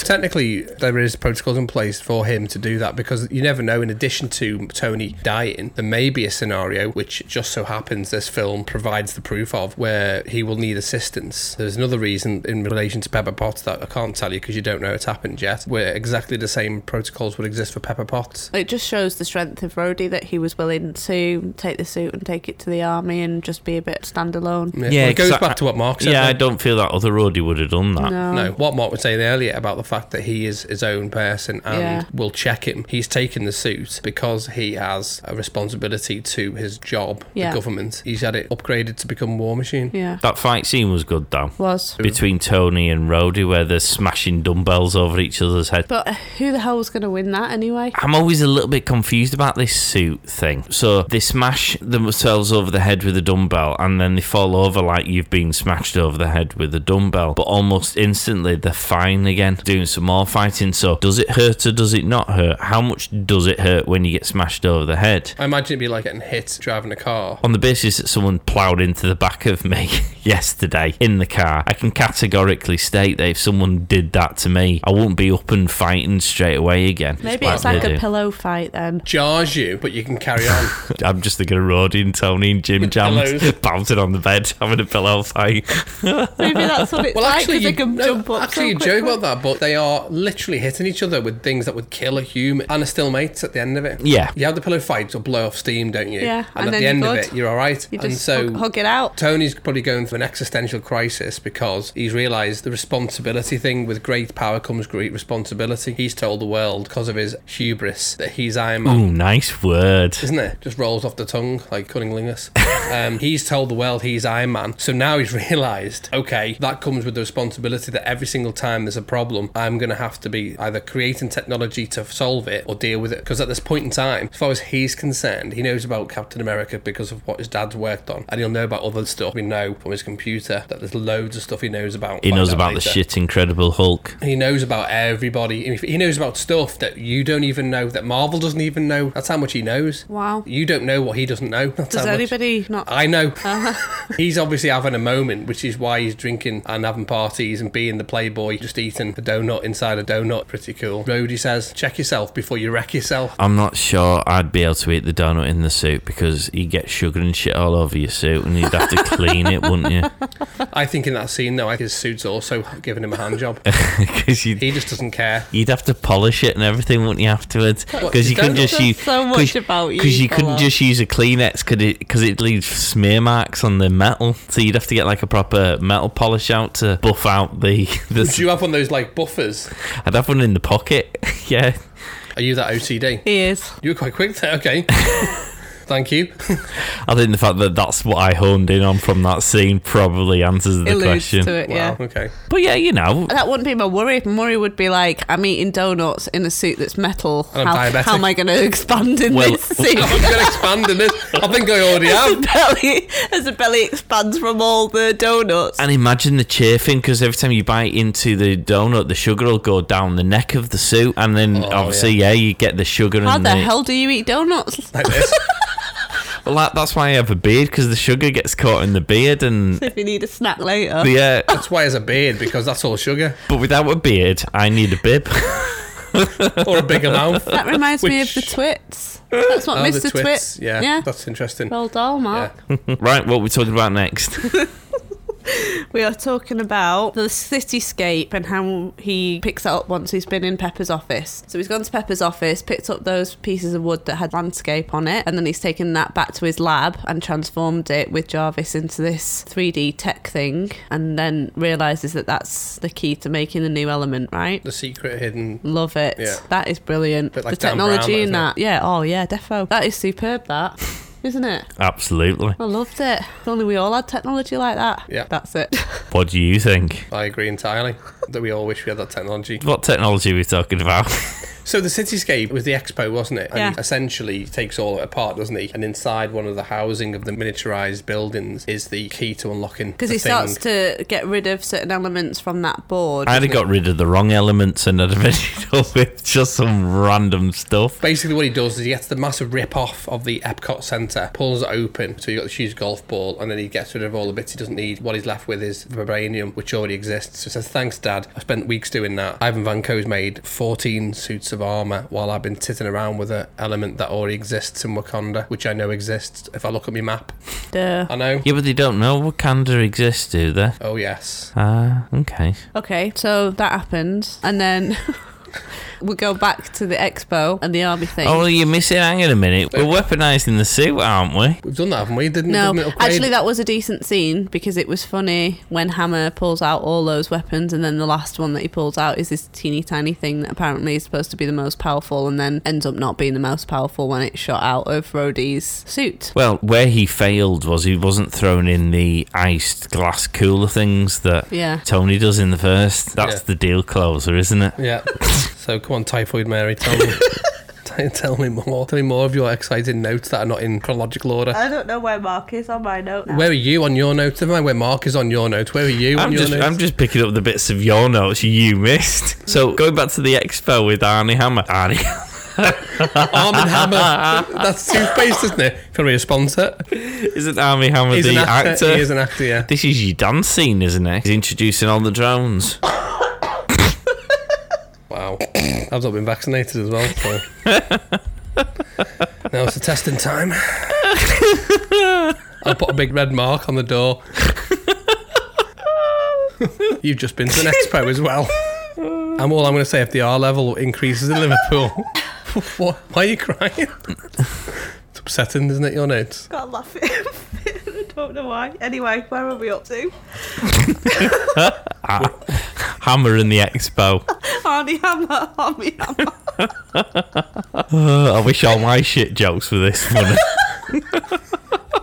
Technically, there is protocols in place for him to do that because you never know. In addition to Tony dying, there may be a scenario which just so happens this film provides the proof of where he will need assistance. There's another reason in relation to Pepper Potts that I can't tell you because you don't know it's happened yet, where exactly the same protocols would exist for Pepper Potts. It just shows the strength of Rhodey that he was willing to take the suit and take it to the army and just be a bit standalone. Yeah, well, it goes 'cause I- back to what Mark said. Yeah, I then. don't feel that other Roddy would have done that. No. No, what Mark was saying earlier about the fact that he is his own person and Yeah. will check him. He's taken the suit because he has a responsibility to his job, Yeah. the government. He's had it upgraded to become War Machine. Yeah. That fight scene was good, though. Was. Between Tony and Roddy, where they're smashing dumbbells over each other's head. But who the hell was going to win that anyway? I'm always a little bit confused about this suit thing. So they smash themselves over the head with a dumbbell and then they fall over like you've been smashed over the head with a dumbbell, but almost instantly they're fine again, doing some more fighting. So does it hurt or does it not hurt? How much does it hurt when you get smashed over the head? I imagine it'd be like getting hit driving a car. On the basis that someone ploughed into the back of me [LAUGHS] yesterday in the car, I can categorically state that if someone did that to me, I wouldn't be up and fighting straight away again. Maybe it's like they a do. pillow fight then. Jars you, but you can carry on. I'm just thinking of Roddy and Tony and Jim Jams [LAUGHS] pillows. bouncing on the bed, having a pillow fight. [LAUGHS] Maybe that's what it's well, like actually, because they you, can no, jump up. actually, you so quickly. joke about that, but they are literally hitting each other with things that would kill a human and are still mates at the end of it. Yeah. You have the pillow fight to blow off steam, don't you? Yeah, And, and at then the you're end of good. it, you're all right. You and just so hug, hug it out. Tony's probably going through an existential crisis because he's realised the responsibility thing with great power comes great responsibility. He's told the world because of his hubris that he's Iron Man. Ooh, nice word. Isn't it? Just rolls off the tongue like Cunninglingus. [LAUGHS] Um, he's told the world he's Iron Man. So now he's [LAUGHS] realised, okay, that comes with the responsibility that every single time there's a problem, I'm going to have to be either creating technology to solve it or deal with it. Because at this point in time, as far as he's concerned, he knows about Captain America because of what his dad's worked on. And he'll know about other stuff we know from his computer that there's loads of stuff he knows about. He Find knows out about the later. shit Incredible Hulk. He knows about everybody. If- He knows about stuff that you don't even know, that Marvel doesn't even know. That's how much he knows. Wow. You don't know what he doesn't know. That's Does Uh-huh. how much- [LAUGHS] anybody not? I know. [LAUGHS] He's obviously having a moment, which is why he's drinking and having parties and being the playboy, just eating a donut inside a donut. Pretty cool. Rhodey says, check yourself before you wreck yourself. I'm not sure I'd be able to eat the donut in the soup because you'd get sugar and shit all over your suit and you'd have to clean it, wouldn't you? I think in that scene, though, I think his suit's also giving him a hand job. Because you'd, He just doesn't care. you'd have to polish it and everything, wouldn't you, afterwards? Because you couldn't That's just use. so much about you, Because you couldn't Paula. just use a Kleenex because it'd leave smear marks on the metal. So you'd have to get like a proper metal polish out to buff out the. [LAUGHS] Do the you have one of those like buffers? I'd have one in the pocket. [LAUGHS] yeah. Are you that OCD? He is. You were quite quick there. Okay. Thank you. I think the fact that that's what I honed in on from that scene probably answers the Alludes question. to it, Wow. yeah. Okay. But yeah, you know, That wouldn't be my worry. My worry would be like, I'm eating donuts in a suit that's metal. And I'm how, diabetic. how am I going to expand in Well- this suit? [LAUGHS] I'm going to expand on this. I think I already As am. the belly, as the belly expands from all the donuts. And imagine the chafing because every time you bite into the donut, the sugar will go down the neck of the suit, and then obviously, yeah. you get the sugar. Oh, How and the hell do you eat donuts? [LAUGHS] Like this. Well, that, that's why I have a beard because the sugar gets caught in the beard, [LAUGHS] and if you need a snack later. yeah. That's why it's a beard, because that's all sugar. But without a beard, I need a bib. [LAUGHS] Or a bigger [LAUGHS] mouth. That reminds me of [LAUGHS] the Which- twits. That's what Oh, Mr. the twits. Twit. Yeah, yeah. that's interesting. Roll doll, Mark. Yeah. right, what we're talking about next? We are talking about the cityscape and how he picks that up once he's been in Pepper's office. So he's gone to Pepper's office, picked up those pieces of wood that had landscape on it, and then he's taken that back to his lab and transformed it with Jarvis into this 3D tech thing, and then realizes that that's the key to making the new element, right? The secret hidden. Love it. Yeah. That is brilliant. Bit like the Dan Brown, technology in isn't that. Yeah. Oh, yeah, defo. That is superb, that. Isn't it? Absolutely. I loved it. If only we all had technology like that. Yeah. That's it. [LAUGHS] What do you think? I agree entirely that we all wish we had that technology. What technology are we talking about? [LAUGHS] So the cityscape was the expo, wasn't it? And Yeah. essentially takes all of it apart, doesn't he? And inside one of the housing of the miniaturized buildings is the key to unlocking. Because the he thing. starts to get rid of certain elements from that board. I'd have got rid of the wrong elements [LAUGHS] and I'd have ended up with just some random stuff. Basically, what he does is he gets the massive rip off of the Epcot Center, pulls it open, so you got the huge golf ball, and then he gets rid of all the bits he doesn't need. What he's left with is vibranium, which already exists. So he says, "Thanks, Dad. I spent weeks doing that." Ivan Van Coe's made 14 suits of armor while I've been titting around with an element that already exists in Wakanda, which I know exists if I look at my map. Duh. I know. Yeah, but they don't know Wakanda exists, do they? Oh yes. Ah, okay. Okay, so that happened. And then [LAUGHS] we go back to the expo and the army thing. Oh, you're missing. Hang on a minute. We're weaponising the suit, aren't we? We've done that, haven't we? Didn't, no, didn't it upgrade? actually, that was a decent scene because it was funny when Hammer pulls out all those weapons, and then the last one that he pulls out is this teeny tiny thing that apparently is supposed to be the most powerful, and then ends up not being the most powerful when it's shot out of Rhodey's suit. Well, where he failed was he wasn't thrown in the iced glass cooler things that Yeah. Tony does in the first. That's Yeah. the deal closer, isn't it? [LAUGHS] Yeah. so come on, Typhoid Mary, tell me. t- Tell me more. Tell me more of your exciting notes that are not in chronological order. I don't know where Mark is on my note. Where are you on your notes? Never mind where Mark is on your notes. Where are you on I'm your just, notes? I'm just picking up the bits of your notes you missed. So going back to the expo with Arnie Hammer, Arnie Arm and [LAUGHS] Hammer. That's toothpaste, isn't it? If you want to be a sponsor. isn't Arnie Hammer He's the an actor. actor? He is an actor, yeah. This is your dance scene, isn't it? He's introducing all the drones. Wow. I've not been vaccinated as well. So. now it's the testing time. I'll put a big red mark on the door. You've just been to an expo as well. And all I'm going to say if the R level increases in Liverpool, [LAUGHS] what, why are you crying? It's upsetting, isn't it, your notes? Got laughing. [LAUGHS] I don't know why. Anyway, where are we up to? Hammer in the expo. Arnie Hammer, Army Hammer. Uh, I wish all my shit jokes were this funny.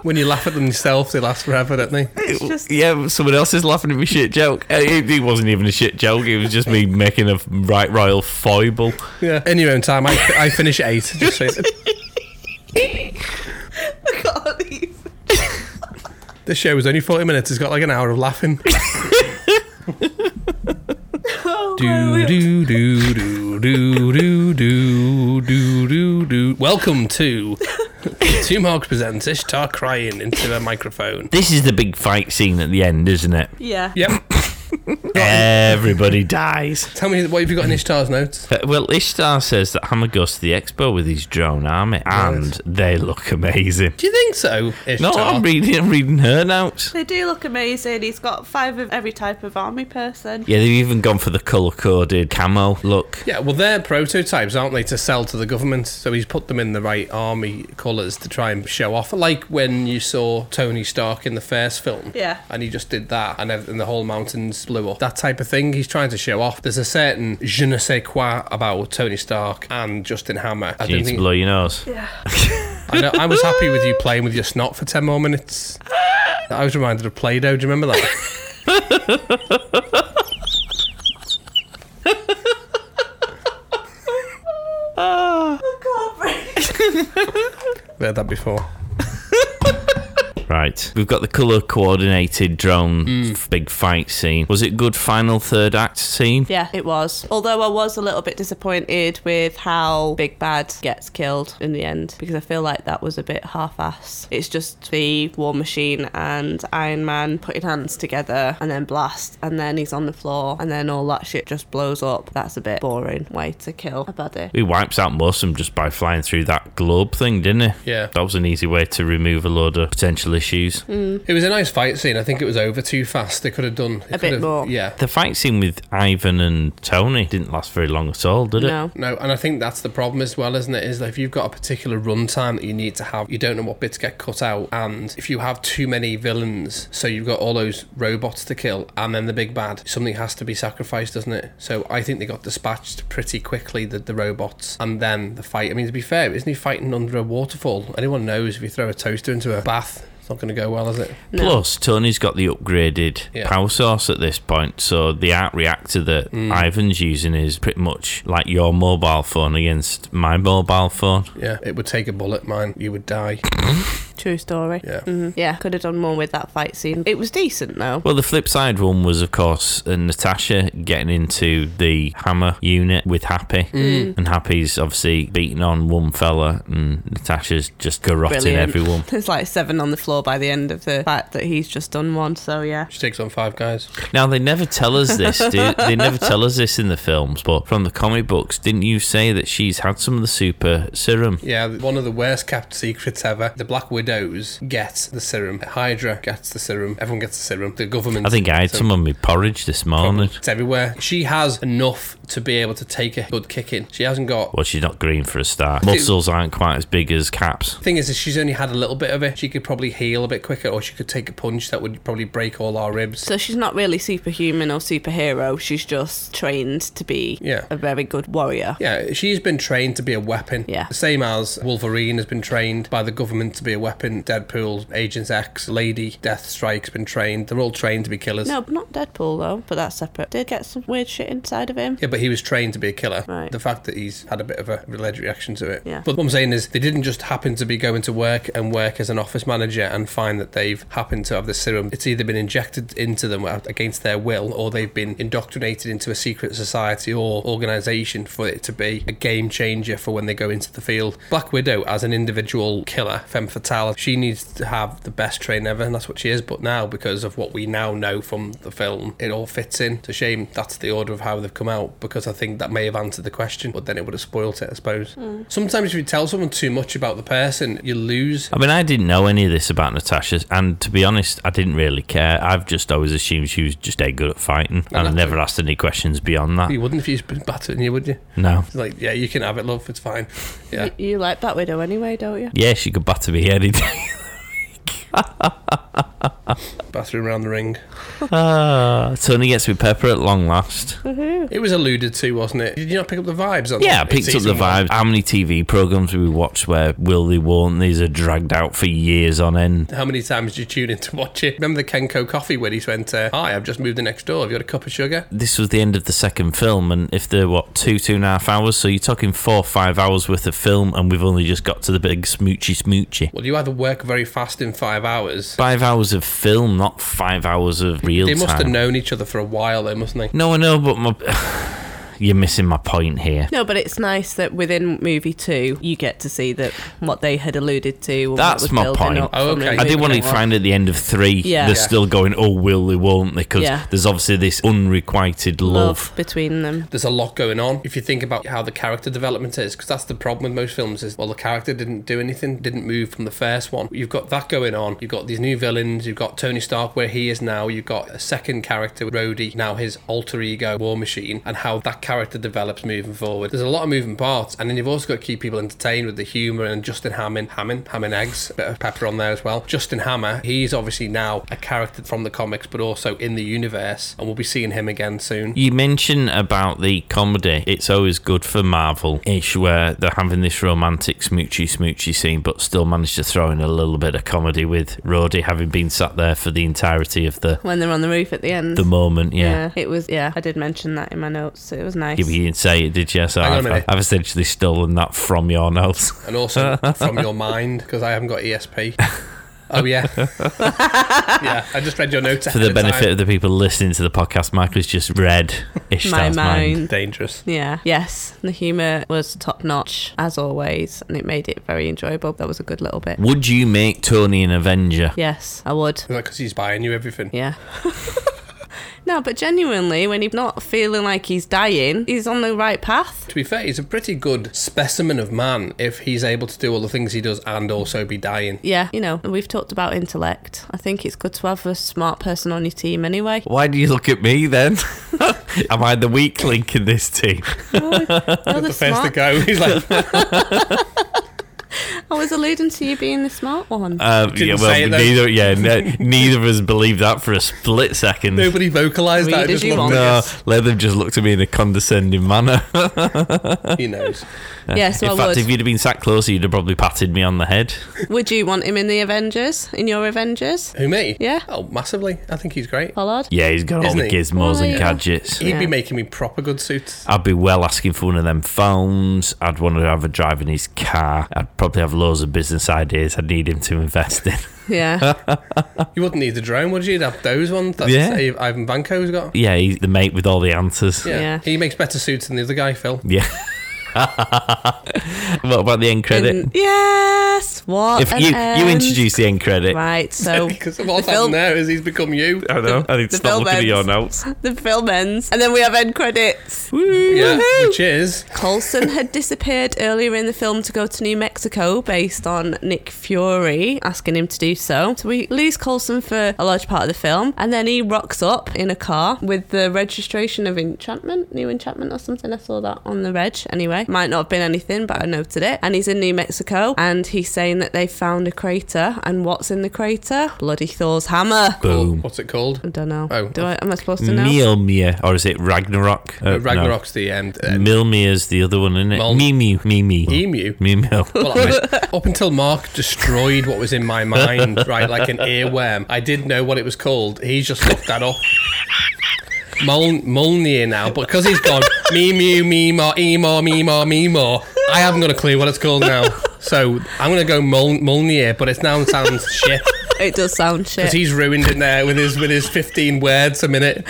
When you laugh at them yourself, they last forever, don't they? It's just Yeah, but someone else is laughing at my shit joke. Uh, It, it wasn't even a shit joke. It was just me making a right royal foible. Yeah. In your own time. I, I finish at eight. Just so Arnie. This show was only 40 minutes. It's got like an hour of laughing. do do do do do do do do do do. Welcome to Two Marks presents Ishtar crying into the microphone. This is the big fight scene at the end, isn't it? [LAUGHS] Yeah. Yep. Everybody dies. Tell me what have you got in Ishtar's notes? Uh, well, Ishtar says that Hammer goes to the expo with his drone army, and they look amazing. Do you think so, Ishtar? No, I'm reading, I'm reading her notes. They do look amazing. He's got five of every type of army person. Yeah, they've even gone for the colour coded camo look. yeah, well, they're prototypes, aren't they, to sell to the government? So he's put them in the right army colours to try and show off. Like when you saw Tony Stark in the first film. Yeah. And he just did that, and, ev- and the whole mountains blew up. That type of thing he's trying to show off. There's a certain je ne sais quoi about Tony Stark and Justin Hammer. I don't You need to think- blow your nose. I, know, I was happy with you playing with your snot for 10 more minutes. I was reminded of Play Doh. Do you remember [LAUGHS] that? I've heard that before. Right. We've got the colour coordinated drone Hmm. f- big fight scene. Was it good final third act scene? Yeah, it was. Although I was a little bit disappointed with how Big Bad gets killed in the end because I feel like that was a bit half-ass. It's just the War Machine and Iron Man putting hands together and then blast and then he's on the floor and then all that shit just blows up. That's a bit boring way to kill a buddy. He wipes out most of them just by flying through that globe thing, didn't he? Yeah. That was an easy way to remove a load of potential issues. Hmm. It was a nice fight scene. I think it was over too fast. They could have done A bit more. Yeah. The fight scene with Ivan and Tony didn't last very long at all, did it? No. No, and I think that's the problem as well, isn't it? Is that if you've got a particular run time that you need to have, you don't know what bits get cut out, and if you have too many villains, so you've got all those robots to kill, and then the big bad, something has to be sacrificed, doesn't it? So I think they got dispatched pretty quickly, the, the robots, and then the fight. I mean, to be fair, isn't he fighting under a waterfall? Anyone knows if you throw a toaster into a bath, it's not going to go well, is it? Plus, Tony's got the upgraded Yeah. power source at this point, so the art reactor that Ivan's using is pretty much like your mobile phone against my mobile phone. Yeah, it would take a bullet, mine. You would die. True story. Yeah. Mhm. Yeah, could have done more with that fight scene. It was decent though. Well, the flip side one was, of course, uh, Natasha getting into the hammer unit with Happy, and Happy's obviously beating on one fella, and Natasha's just garrotting Brilliant. everyone. [LAUGHS] There's like seven on the floor by the end of the fact that he's just done one, so yeah. She takes on five guys. Now they never tell us this. Do, they never tell us this in the films, but from the comic books, didn't you say that she's had some of the super serum? Yeah, one of the worst kept secrets ever. The Black Widows get the serum. Hydra gets the serum. Everyone gets the serum. The government. I think I had So- some on my porridge this morning. It's everywhere. She has enough to be able to take a good kicking. She hasn't got. Well, she's not green for a start. Muscles aren't quite as big as caps. Thing is, is she's only had a little bit of it. She could probably heal a bit quicker, or she could take a punch that would probably break all our ribs. So she's not really superhuman or superhero. She's just trained to be Yeah. a very good warrior. Yeah, she's been trained to be a weapon. Yeah. The same as Wolverine has been trained by the government to be a weapon. Deadpool, Agents X, Lady Deathstrike's been trained. They're all trained to be killers. No, not Deadpool though, but that's separate. Did get some weird shit inside of him. Yeah, but he was trained to be a killer. Right. The fact that he's had a bit of a alleged reaction to it. Yeah. But what I'm saying is, they didn't just happen to be going to work and work as an office manager and find that they've happened to have the serum. It's either been injected into them against their will, or they've been indoctrinated into a secret society or organization for it to be a game changer for when they go into the field. Black Widow, as an individual killer, femme fatale, she needs to have the best train ever, and that's what she is. But now, because of what we now know from the film, it all fits in. It's a shame that's the order of how they've come out because I think that may have answered the question, but then it would have spoilt it, I suppose. Sometimes if you tell someone too much about the person, you lose. I mean, I didn't know any of this about Natasha, and to be honest, I didn't really care. I've just always assumed she was just dead good at fighting, and I never asked any questions beyond You that. wouldn't if you was battering you, would you? No. It's like, yeah, you can have it, love. It's fine. Yeah. [LAUGHS] Y- You like Black Widow anyway, don't you? Yeah, she could batter me any day. Battering around the ring. [LAUGHS] Ah, Tony gets with Pepper at long last. It was alluded to, wasn't it? Did you not pick up the vibes on Yeah, I that? picked up the Season one. vibes. How many TV programs we watched where will they, won't these are dragged out for years on end? How many times did you tune in to watch it? Remember the Kenko coffee when he went, uh, Hi, I've just moved in next door. Have you had a cup of sugar? This was the end of the second film, and if they're what two, two and a half hours, so you're talking four, five hours worth of film, and we've only just got to the big smoochy smoochy. Well, you either work very fast in five hours. Five hours of film, not five hours of real They must have time. known each other for a while, though, mustn't they? No, I know, but my. [SIGHS] You're missing my point here. No, but it's nice that within movie two, you get to see that what they had alluded to. and what That's was my building point. up Oh, from okay. it. I did want to Okay, well- find at the end of three, Yeah. they're Yeah. still going, oh, will they, won't they? Because Yeah. there's obviously this unrequited love. love between them. There's a lot going on if you think about how the character development is, because that's the problem with most films is well, the character didn't do anything, didn't move from the first one. You've got that going on. You've got these new villains. You've got Tony Stark where he is now. You've got a second character, Rhodey, now his alter ego, War Machine, and how that character develops moving forward. There's a lot of moving parts, and then you've also got to keep people entertained with the humour and Justin Hammond, Hammond, Hammond eggs, bit of pepper on there as well. Justin Hammer, he's obviously now a character from the comics, but also in the universe, and we'll be seeing him again soon. You mentioned about the comedy. It's always good for Marvel ish where they're having this romantic smoochy smoochy scene, but still manage to throw in a little bit of comedy with Rhodey having been sat there for the entirety of the, When they're on the roof at the end. the moment. Yeah. It was, yeah, I did mention that in my notes. It was nice. You didn't say it, did you? So Hang on a I've, minute. I've essentially stolen that from your [LAUGHS] notes. and also from your mind because I haven't got [LAUGHS] ESP. Oh yeah, yeah. I just read your notes For the benefit of the people listening to the podcast, Michael's just read my Ishtar's mind. mind. Dangerous. Yeah. Yes. The humour was top notch, as always, and it made it very enjoyable. That was a good little bit. Would you make Tony an Avenger? Yes, I would. Is that because he's buying you everything? Yeah. [LAUGHS] no, but genuinely, when he's not feeling like he's dying, he's on the right path. To be fair, he's a pretty good specimen of man if he's able to do all the things he does and also be dying. Yeah, you know, we've talked about intellect. I think it's good to have a smart person on your team [LAUGHS] anyway. Why do you look at me then? [LAUGHS] Am I the weak link in this team? You're the The first to smart. go, he's [LAUGHS] like, I was alluding to you being the smart one. Um, Didn't yeah, say it, well, though. [LAUGHS] neither. Yeah, ne- neither of us believed that for a split second. nobody vocalised that. I Read as just you loved want. no, it. let them just look to me in a condescending [LAUGHS] manner. He knows. yes, in I fact, would. if you'd have been sat closer, you'd have probably patted me on the head. Would you want him in the Avengers? In your Avengers? Who me? Yeah. Oh, massively. I think he's great. [LAUGHS] Pollard? Yeah, he's got all Isn't the he? gizmos Oh, and yeah. gadgets. He'd Yeah. be making me proper good suits. I'd be well asking for one of them phones. I'd want to have a drive in his car. I'd probably have loads of business ideas I'd need him to invest in. [LAUGHS] Yeah. You wouldn't need the drone, would you? You'd have those ones that Yeah. Iv- Ivan Vanko's got. yeah, he's the mate with all the answers. Yeah. Yeah. He makes better suits than the other guy, Phil. Yeah. [LAUGHS] what about the end credit? And- yes. What? if an you you end. introduce the end credit, Right. [LAUGHS] So [LAUGHS] Because Oh. the what's film, happened there is he's become you. I know. I need to the stop looking at your notes. the film ends, and then we have end credits. Yeah, Woohoo! which is Coulson had disappeared earlier in the film to go to New Mexico based on Nick Fury asking him to do so. So we lose Coulson for a large part of the film, and then he rocks up in a car with the registration of enchantment, new enchantment or something. I saw that on the reg anyway. Might not have been anything, but I noted it. And he's in New Mexico, and he's saying that they found a crater, and what's in the crater? Bloody Thor's hammer. Boom. what's it called? I don't know. Oh. do I, am I supposed to know? Mjolnir, or is it Ragnarok? Uh, no. Mm. Ragnarok's the end. Uh, Milmir's the other one, isn't it? Mol- Mimu. Mimu. Emu. [LAUGHS] Mimu. Well, I mean, up until Mark destroyed what was in my [LAUGHS] mind, right, like an earworm, I did know what it was called. He's just looked that up. Mol- Molnir now, but because he's [LAUGHS] gone me mew me more e more me more me more, I haven't got a clue what it's called now. So I'm gonna go Mol- Molnir, but it now sounds shit It does sound shit. because he's ruined it there with his with his 15 words a minute.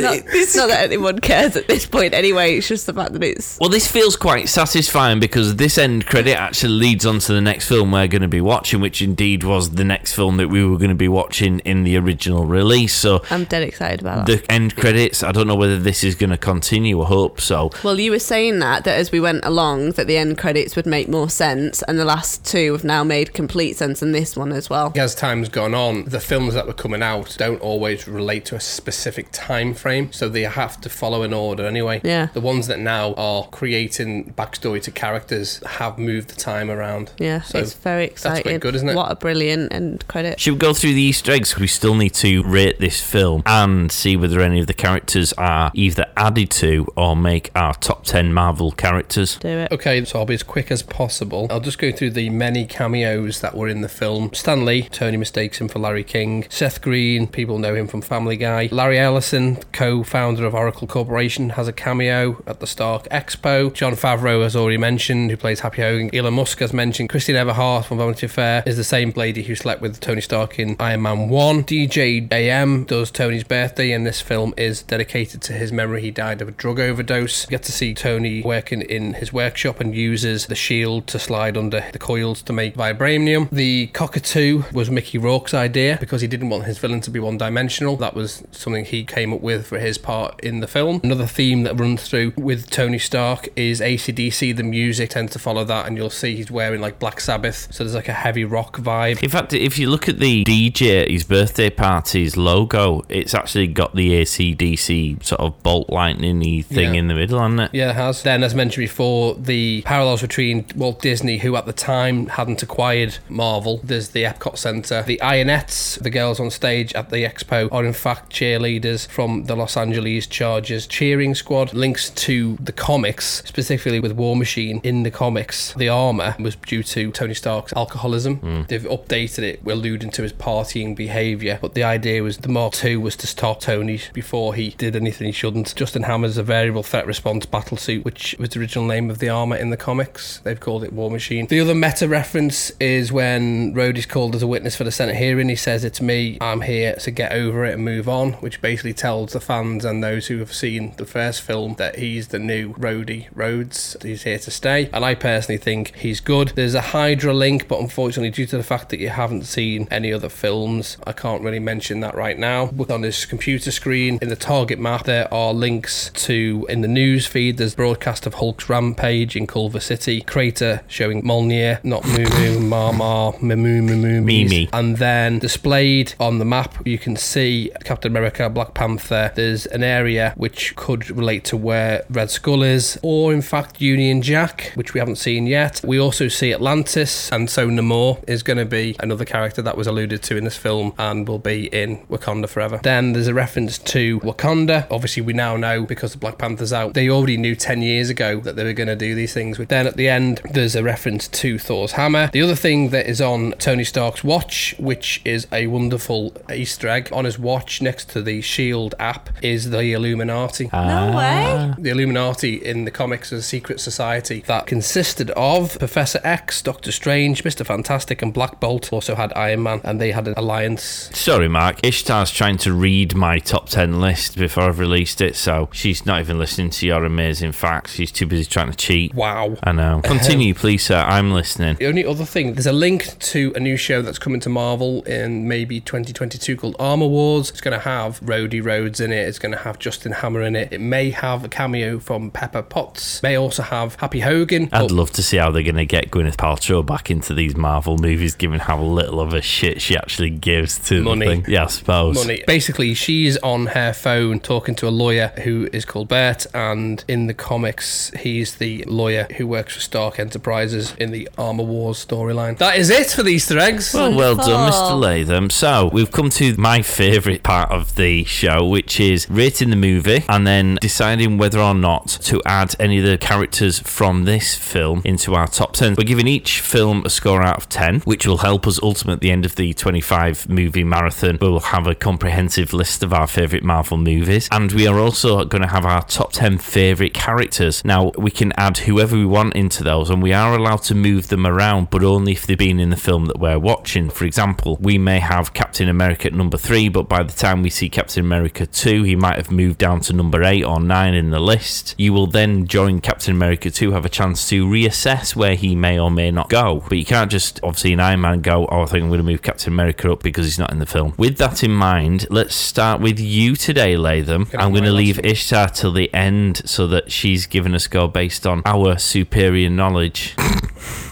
not, [LAUGHS] not that anyone cares at this point anyway. It's just the fact that it's Well, this feels quite satisfying because this end credit actually leads on to the next film we're going to be watching, which indeed was the next film that we were going to be watching in the original release. So I'm dead excited about that. the end credits, I don't know whether this is going to continue. I hope so. well, you were saying that that as we went along, that the end credits would make more sense, and the last two have now made complete sense, and this one as well. as time's gone on, the films that were coming out don't always relate to a specific time frame, so they have to follow an order anyway. Yeah. The ones that now are creating backstory to characters have moved the time around. Yeah, So it's very exciting. That's quite good, isn't it? What a brilliant end credit. Should we go through the Easter eggs? 'Cause We still need to rate this film and see whether any of the characters are either added to or make our top 10 Marvel characters. Do it. Okay, so I'll be as quick as possible. I'll just go through the many cameos that were in the film. Stan Lee, Tony mistakes him for Larry King. Seth Green, people know him from Family Guy. Larry Ellison, co-founder of Oracle Corporation, has a cameo at the Stark Expo. John Favreau has already mentioned, who plays Happy Hogan. Elon Musk has mentioned. Christine Everhart from Vanity Fair is the same lady who slept with Tony Stark in Iron Man 1. DJ AM does Tony's birthday, and this film is dedicated to his memory. He died of a drug overdose. You get to see Tony working in his workshop and uses the shield to slide under the coils to make vibranium. The cockatoo was Mickey Rourke's idea because he didn't want his villain to be one dimensional. That was something he came up with for his part in the film. Another theme that runs through with Tony Stark is ACDC. The music tends to follow that, and you'll see he's wearing like Black Sabbath, so there's like a heavy rock vibe. In fact, if you look at the DJ at his birthday party's logo, it's actually got the ACDC sort of bolt lightning thing Yeah. in the middle, hasn't it? Yeah, it has. Then, as mentioned before, the parallels between Walt Disney, who at the time hadn't acquired Marvel, there's the Epcot Center. The Ionettes, the girls on stage at the expo, are in fact cheerleaders from the Los Angeles Chargers cheering squad. Links to the comics, specifically with War Machine in the comics, the armor was due to Tony Stark's alcoholism. They've updated it, alluding to his partying behavior, but the idea was the Mark II was to stop Tony before he did anything he shouldn't. Justin Hammer's a variable threat response battle suit, which was the original name of the armor in the comics. They've called it War Machine. The other meta reference is when Rhodey's called as a witness for the Senate hearing. He says, It's me, I'm here, so get over it and move on, which basically tells the fans and those who have seen the first film that he's the new Rhodey Rhodes. He's here to stay. And I personally think he's good. There's a Hydra link, but unfortunately, due to the fact that you haven't seen any other films, I can't really mention that right now. But on his computer screen, in the target map, there are links to in the news feed. There's broadcast of Hulk's rampage in Culver City, crater showing Molnir, not Moo Moo, Marmar, Mimu, Mimu, Mimi. and then displayed on the map, you can see Captain America, Black Panther. There's an area which could relate to where Red Skull is, or in fact Union Jack, which we haven't seen yet. We also see Atlantis, and so Namor is going to be another character that was alluded to in this film and will be in Wakanda Forever. Then there's a reference to Wakanda. Obviously, we now know because the Black Panther's out, they already knew 10 years ago that they were going to do these things. But then at the end, there's a reference to Thor's hammer. The other thing that is on Tony Stark's watch, which is a wonderful Easter egg, on his watch next to the Shield E app is the Illuminati. Ah. No way. The Illuminati in the comics is a secret society that consisted of Professor X, Doctor Strange, Mr. Fantastic, and Black Bolt. Also had Iron Man, and they had an alliance. Sorry, Mark. Ishtar's trying to read my top 10 list before I've released it, so she's not even listening to your amazing facts. She's too busy trying to cheat. Wow. I know. Continue, please, sir. I'm listening. The only other thing, there's a link to a new show that's coming to Marvel in maybe 2022 called Armor Wars. It's going to have Rhodey Rhodes in it. It's going to have Justin Hammer in it. It may have a cameo from Pepper Potts. May also have Happy Hogan. I'd but love to see how they're going to get Gwyneth Paltrow back into these Marvel movies, given how little of a shit she actually gives to Money. the thing. Yeah, I suppose. money. Basically, she's on her phone talking to a lawyer who is called Bert, and in the comics, he's the lawyer who works for Stark Enterprises in the Armor Wars storyline. That is it for the Easter eggs. Well, well done, Mr. Wonderful. Latham. So, we've come to my favourite part of the show, which is rating the movie and then deciding whether or not to add any of the characters from this film into our top 10. We're giving each film a score out of 10, which will help us ultimately at the end of the 25 movie marathon. We'll have a comprehensive list of our favourite Marvel movies, and we are also going to have our top 10 favourite characters. Now, we can add whoever we want into those, and we are allowed to move them around, but only if they've been in the film that we're watching. For example, we may have Captain America at number three, but by the time we see Captain America 2, he might have moved down to number eight or nine in the list. You will then join Captain America 2, have a chance to reassess where he may or may not go. But you can't just, obviously, in Iron Man go, oh, I think I'm going to move Captain America up because he's not in the film. With that in mind, let's start with you today, Latham. have I'm going my to last leave Ishtar till the end so that she's given a score based on our superior knowledge.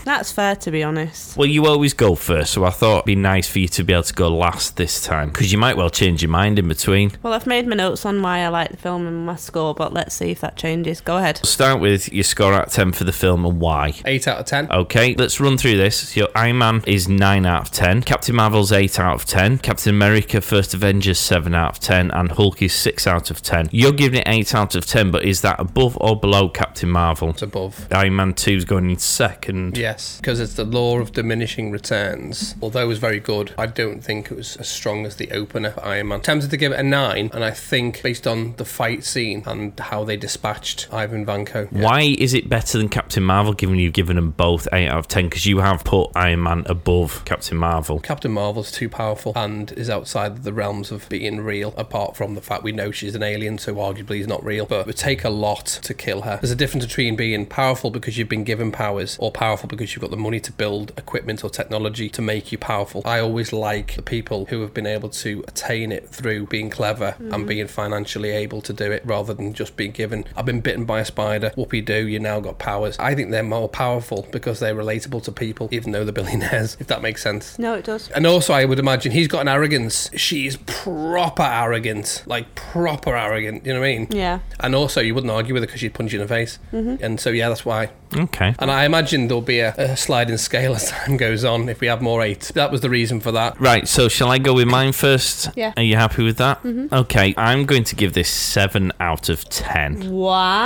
That's fair, to be honest. Well, you always go first, so I thought it'd be nice for you to be able to go last this time because you might well change your mind in between. Well, I've made my notes on why I like the film and my score, but let's see if that changes. Go ahead. Start with your score out of 10 for the film and why. Eight out of ten. Okay, let's run through this. So your Iron Man is 9 out of 10, Captain Marvel's 8 out of 10, Captain America First Avengers 7 out of 10, and Hulk is 6 out of 10. You're giving it 8 out of 10, but is that above or below Captain Marvel? It's above. Iron Man 2's going in second. Yeah, yes, because it's the law of diminishing returns. Although it was very good, I don't think it was as strong as the opener for Iron Man. Tempted to give it a nine, and I think based on the fight scene and how they dispatched Ivan Vanko. yeah. Why is it better than Captain Marvel given you've given them both 8 out of 10? Because you have put Iron Man above Captain Marvel. Captain Marvel's too powerful and is outside the realms of being real, apart from the fact we know she's an alien, so arguably is not real. But it would take a lot to kill her. There's a difference between being powerful because you've been given powers or powerful because you've got the money to build equipment or technology to make you powerful. I always like the people who have been able to attain it through being clever and being financially able to do it rather than just being given, I've been bitten by a spider, whoopee doo, you now got powers. I think they're more powerful because they're relatable to people, even though they're [LAUGHS] billionaires, if that makes sense. No, it does. And also, I would imagine he's got an arrogance. She's proper arrogant, like proper arrogant. You know what I mean? Yeah. And also, you wouldn't argue with her because she'd punch you in the face. And so, yeah, that's why. Okay. And I imagine there'll be a, a sliding scale as [LAUGHS] time goes on if we have more eight. That was the reason for that. Right, so shall I go with mine first? Yeah. Are you happy with that? Mm-hmm. Okay, I'm going to give this 7 out of 10.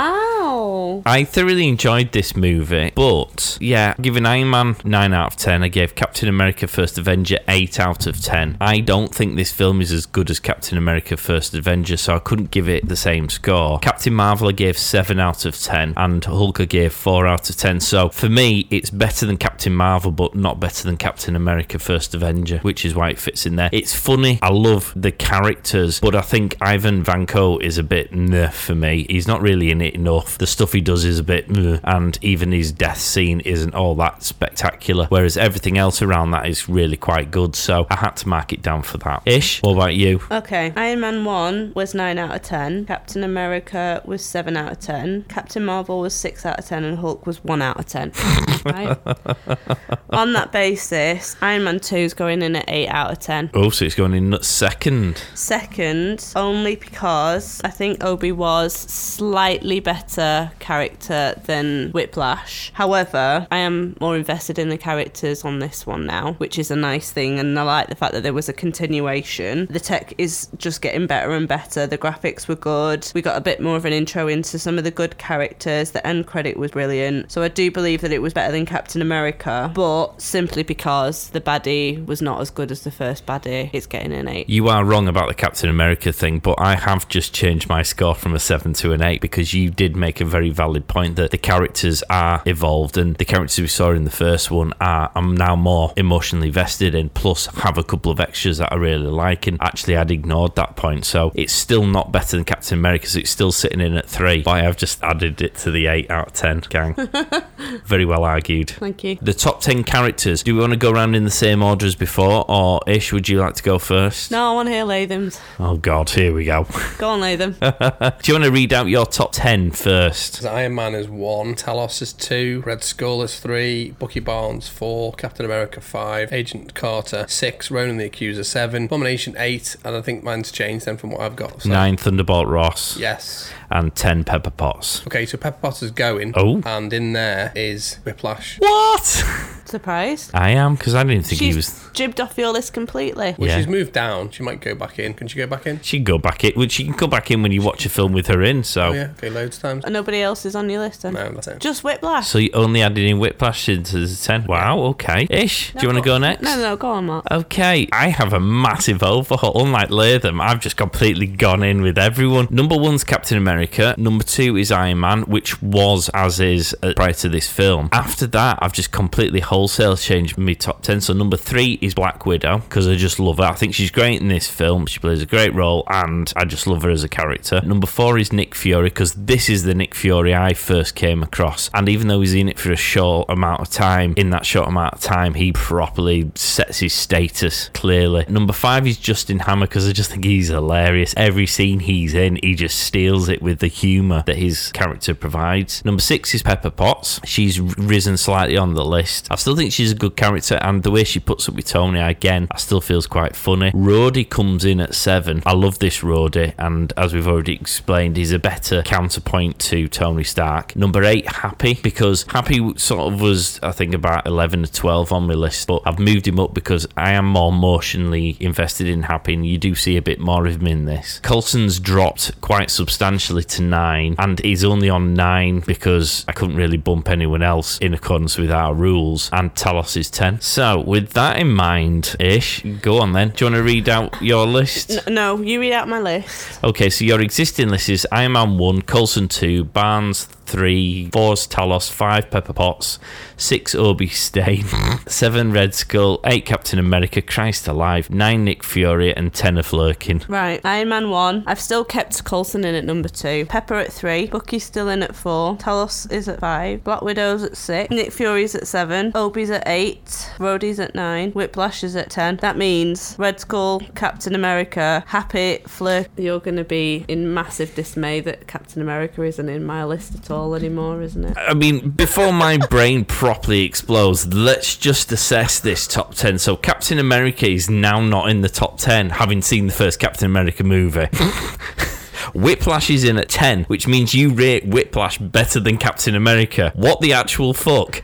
Wow. I thoroughly enjoyed this movie, but yeah, giving Iron Man 9 out of 10, I gave Captain America First Avenger 8 out of 10. I don't think this film is as good as Captain America First Avenger, so I couldn't give it the same score. Captain Marvel, I gave 7 out of 10, and Hulk, I gave 4 out of 10. So for me, it's better than Captain Marvel, but not better than Captain America First Avenger, which is why it fits in there. It's funny, I love the characters, but I think Ivan Vanko is a bit nah for me. He's not really in it enough. The stuff he does is a bit meh, and even his death scene isn't all that spectacular, whereas everything else around that is really quite good. So I had to mark it down for that. Ish, what about you? Okay. Iron Man 1 was 9 out of 10. Captain America was 7 out of 10. Captain Marvel was 6 out of 10. And Hulk was 1 out of 10. right? On that basis, Iron Man 2 is going in at 8 out of 10. Oh, so it's going in second. Second, only because I think Obi was slightly better character than Whiplash. However, I am more invested in the characters on this one now, which is a nice thing, and I like the fact that there was a continuation. The tech is just getting better and better. The graphics were good. We got a bit more of an intro into some of the good characters. The end credit was brilliant. So I do believe that it was better than Captain America, but simply because the baddie was not as good as the first baddie, it's getting an 8. You are wrong about the Captain America thing, but I have just changed my score from a 7 to an 8 because you did make a very valid point that the characters are evolved and the characters we saw in the first one are I'm now more emotionally vested in, plus have a couple of extras that I really like. And actually, I'd ignored that point, so it's still not better than Captain America, so it's still sitting in at 3, but I have just added it to the 8 out of 10, gang. [LAUGHS] very well argued. Thank you. The top 10 characters, do we want to go around in the same order as before, or Ish, would you like to go first? No, I want to hear Latham's. Oh God, here we go. [LAUGHS] Go on, Latham. Do you want to read out your top ten first? 'Cause Iron Man is one, Talos is two, Red Skull is three, Bucky Barnes four, Captain America five, Agent Carter six, Ronan the Accuser seven, Abomination eight, and I think mine's changed then from what I've got. So. Nine Thunderbolt Ross Yes. and ten Pepper Potts. Okay, so Pepper Potter's going. Oh. And in there is Whiplash, What? Surprised? I am because I didn't think She's he was. jibbed off your list completely. which Yeah. she's moved down. She might go back in. Can she go back in? She can go back in. Well, she can go back in when you watch a film with her in. So, Oh, yeah. Okay, loads of [LAUGHS] times. Nobody else is on your list then? No, that's it. Just Whiplash. so you only added in Whiplash into the ten. Wow. Okay. Ish. Do you want to go next? No, no, go on, Mark. Okay, I have a massive overhaul. Unlike Latham, I've just completely gone in with everyone. Number one's Captain America. Number two is Iron Man, which was as is uh, prior to this film. After that, I've just completely wholesale changed my top 10. So number three is Black Widow, because I just love her. I think she's great in this film. She plays a great role, and I just love her as a character. Number four is Nick Fury, because this is the Nick Fury I first came across. And even though he's in it for a short amount of time, in that short amount of time, he properly sets his status clearly. Number five is Justin Hammer, because I just think he's hilarious. Every scene he's in, he just steals it with the humour that his character provides. Number six is Pepper Potts. She's risen slightly on the list. I've still think she's a good character, and the way she puts up with Tony again, I still feels quite funny. Roddy comes in at seven. I love this Roddy, and as we've already explained, he's a better counterpoint to Tony Stark. Number eight, Happy, because Happy sort of was, I think, about 11 or 12 on my list, but I've moved him up because I am more emotionally invested in Happy, and you do see a bit more of him in this. Colson's dropped quite substantially to nine, and he's only on nine because I couldn't really bump anyone else in accordance with our rules, and Talos is 10. So, with that in mind, ish, go on then. Do you want to read out your list? N- No, you read out my list. Okay, so your existing list is Iron Man 1, Coulson 2, Barnes 3, 4's Talos, 5 Pepper Potts, 6 Obi Stain, [LAUGHS] 7 Red Skull, 8 Captain America, Christ Alive, 9 Nick Fury, and 10 of Lurkin. Right, Iron Man 1. I've still kept Coulson in at number 2. Pepper at 3. Bucky's still in at 4. Talos is at 5. Black Widow's at 6. Nick Fury's at 7. Obi's at 8. Rhodey's at 9. Whiplash is at 10. That means Red Skull, Captain America, Happy, Fleur. You're going to be in massive dismay that Captain America isn't in my list at all anymore, isn't it? I mean, before my brain properly explodes, let's just assess this top 10. So, Captain America is now not in the top 10, having seen the first Captain America movie. [LAUGHS] Whiplash is in at 10, which means you rate Whiplash better than Captain America. What the actual fuck?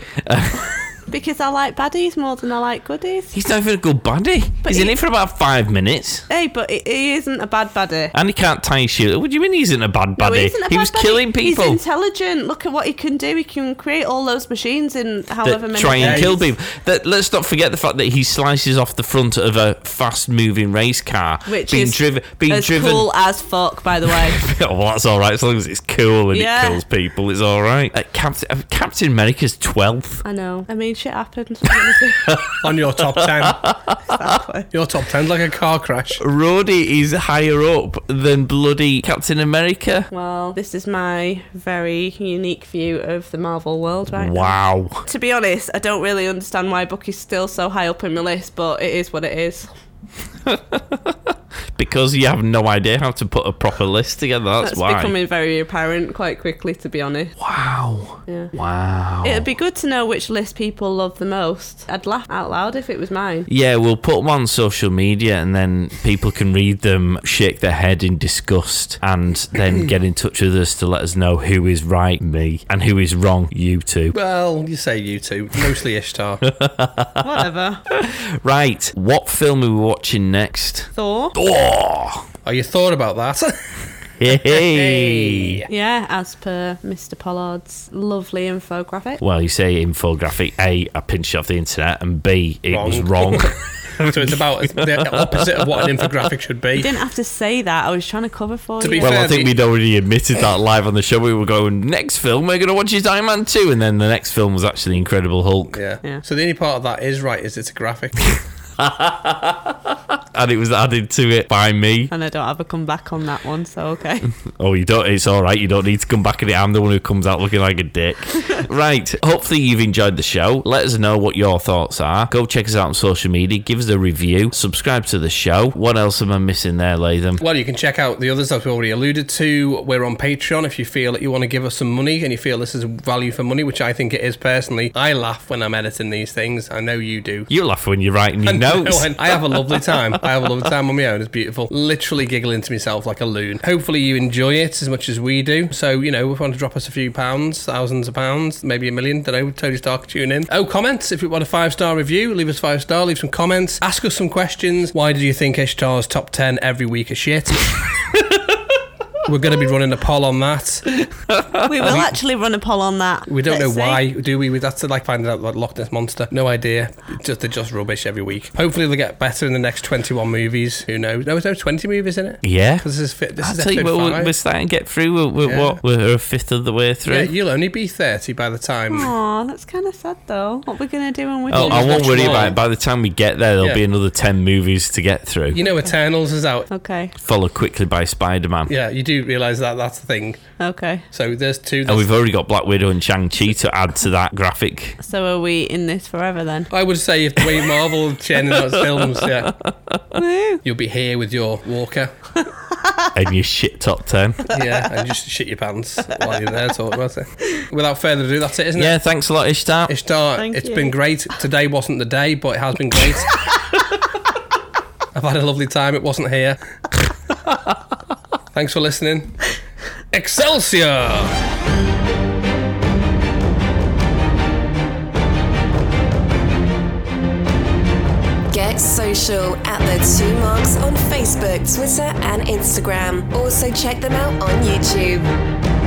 Because I like baddies more than I like goodies. He's not even a good buddy. he's in he- it for about five minutes. Hey, but he- he isn't a bad baddie. And he can't tie his shoe. What do you mean he isn't a bad No, buddy? he isn't a he bad was buddy. killing people. He's intelligent. Look at what he can do. He can create all those machines in however that many. try and days. kill people. That, let's not forget the fact that he slices off the front of a fast-moving race car, Which being is driven, being as driven. cool as fuck, by the way. [LAUGHS] Oh, well, that's all right as long as it's cool and Yeah. it kills people. It's all right. Uh, Captain, uh, Captain America's twelfth. I know. I mean, shit happens. [LAUGHS] on your top 10. Your top 10 's like a car crash. Roddy is higher up than bloody Captain America. well, this is my very unique view of the Marvel world right now. Wow. To be honest, I don't really understand why Bucky's still so high up in my list, but it is what it is. Because you have no idea how to put a proper list together. That's, That's why. becoming very apparent quite quickly, to be honest. Wow. Yeah. Wow. It'd be good to know which list people love the most. I'd laugh out loud if it [LAUGHS] was mine. Yeah, we'll put them on social media and then people can read them, shake their head in disgust, and then get in touch with us to let us know who is right, me, and who is wrong, you two. Well, you say you two, mostly Ishtar. Whatever. Right, what film are we watching next? Thor. Oh, Oh, you thought about that? [LAUGHS] hey. Yeah, as per Mr. Pollard's lovely infographic. Well, you say infographic. A, I pinched it off the internet, and B, it was Wrong. wrong. [LAUGHS] so it's about it's the opposite of what an infographic should be. You didn't have to say that. I was trying to cover for To you. be well, I fair, think the- we'd already admitted that live on the show. We were going, next film, we're going to watch is Iron Man 2. And then the next film was actually Incredible Hulk. Yeah. Yeah. So the only part of that is right is it's a graphic. and it was added to it by me. and I don't have a comeback on that one, [LAUGHS] so okay. [LAUGHS] Oh, you don't. It's all right. You don't need to come back at it. I'm the one who comes out looking like [LAUGHS] a dick. right. Hopefully you've enjoyed the show. Let us know what your thoughts are. Go check us out on social media. Give us a review. Subscribe to the show. What else am I missing there, Latham? well, you can check out the others that we already alluded to. We're on Patreon if you feel that you want to give us some money and you feel this is value for money, which I think it is personally. I laugh when I'm editing these things. I know you do. You laugh when you're writing your notes. [LAUGHS] I have a lovely time. I have a lovely time on my own. It's beautiful. Literally giggling to myself like a loon. Hopefully, you enjoy it as much as we do. So, you know, if you want to drop us a few pounds, thousands of pounds, maybe a million, don't know, Tony Stark, tune in. Oh, comments. If you want a five star review, leave us five star, leave some comments, ask us some questions. Why do you think Ishtar's top 10 every week are shit? [LAUGHS] We're going to be running a poll on that. we [LAUGHS] will actually run a poll on that. We don't Let's know see. why, do we? That's to like finding out about Loch Ness monster. No idea. Just they're just rubbish every week. Hopefully they'll get better in the next twenty-one movies. Who knows? No, there's no twenty movies in it. yeah. Because this is fit. This I is tell you, episode what, we're, five. we're starting to get through. We're, we're Yeah. what? We're a fifth of the way through. yeah, you'll only be thirty by the time. Aw, that's kind of sad though. What we're gonna do when we Oh, do I won't watch worry more. about it. By the time we get there, there'll Yeah. be another 10 movies to get through. You know, Eternals is out. Okay. Followed quickly by Spider Man. Yeah, you do do realise that that's the thing. Okay. So there's two. And we've already got Black Widow and Shang-Chi to add to that graphic. So are we in this forever then? I would say if the way Marvel and Chen in those films, [LAUGHS] yeah, Woo. you'll be here with your walker, and your shit top 10. yeah, and just shit your pants while you're there talking about it. Without further ado, that's it, isn't Yeah, it? thanks a lot, Ishtar. Ishtar, Thank it's you. been great. Today wasn't the day, but it has been great. I've had a lovely time. It wasn't here. Thanks for listening. Excelsior! Get social at the Two Marks on Facebook, Twitter, and Instagram. Also, check them out on YouTube.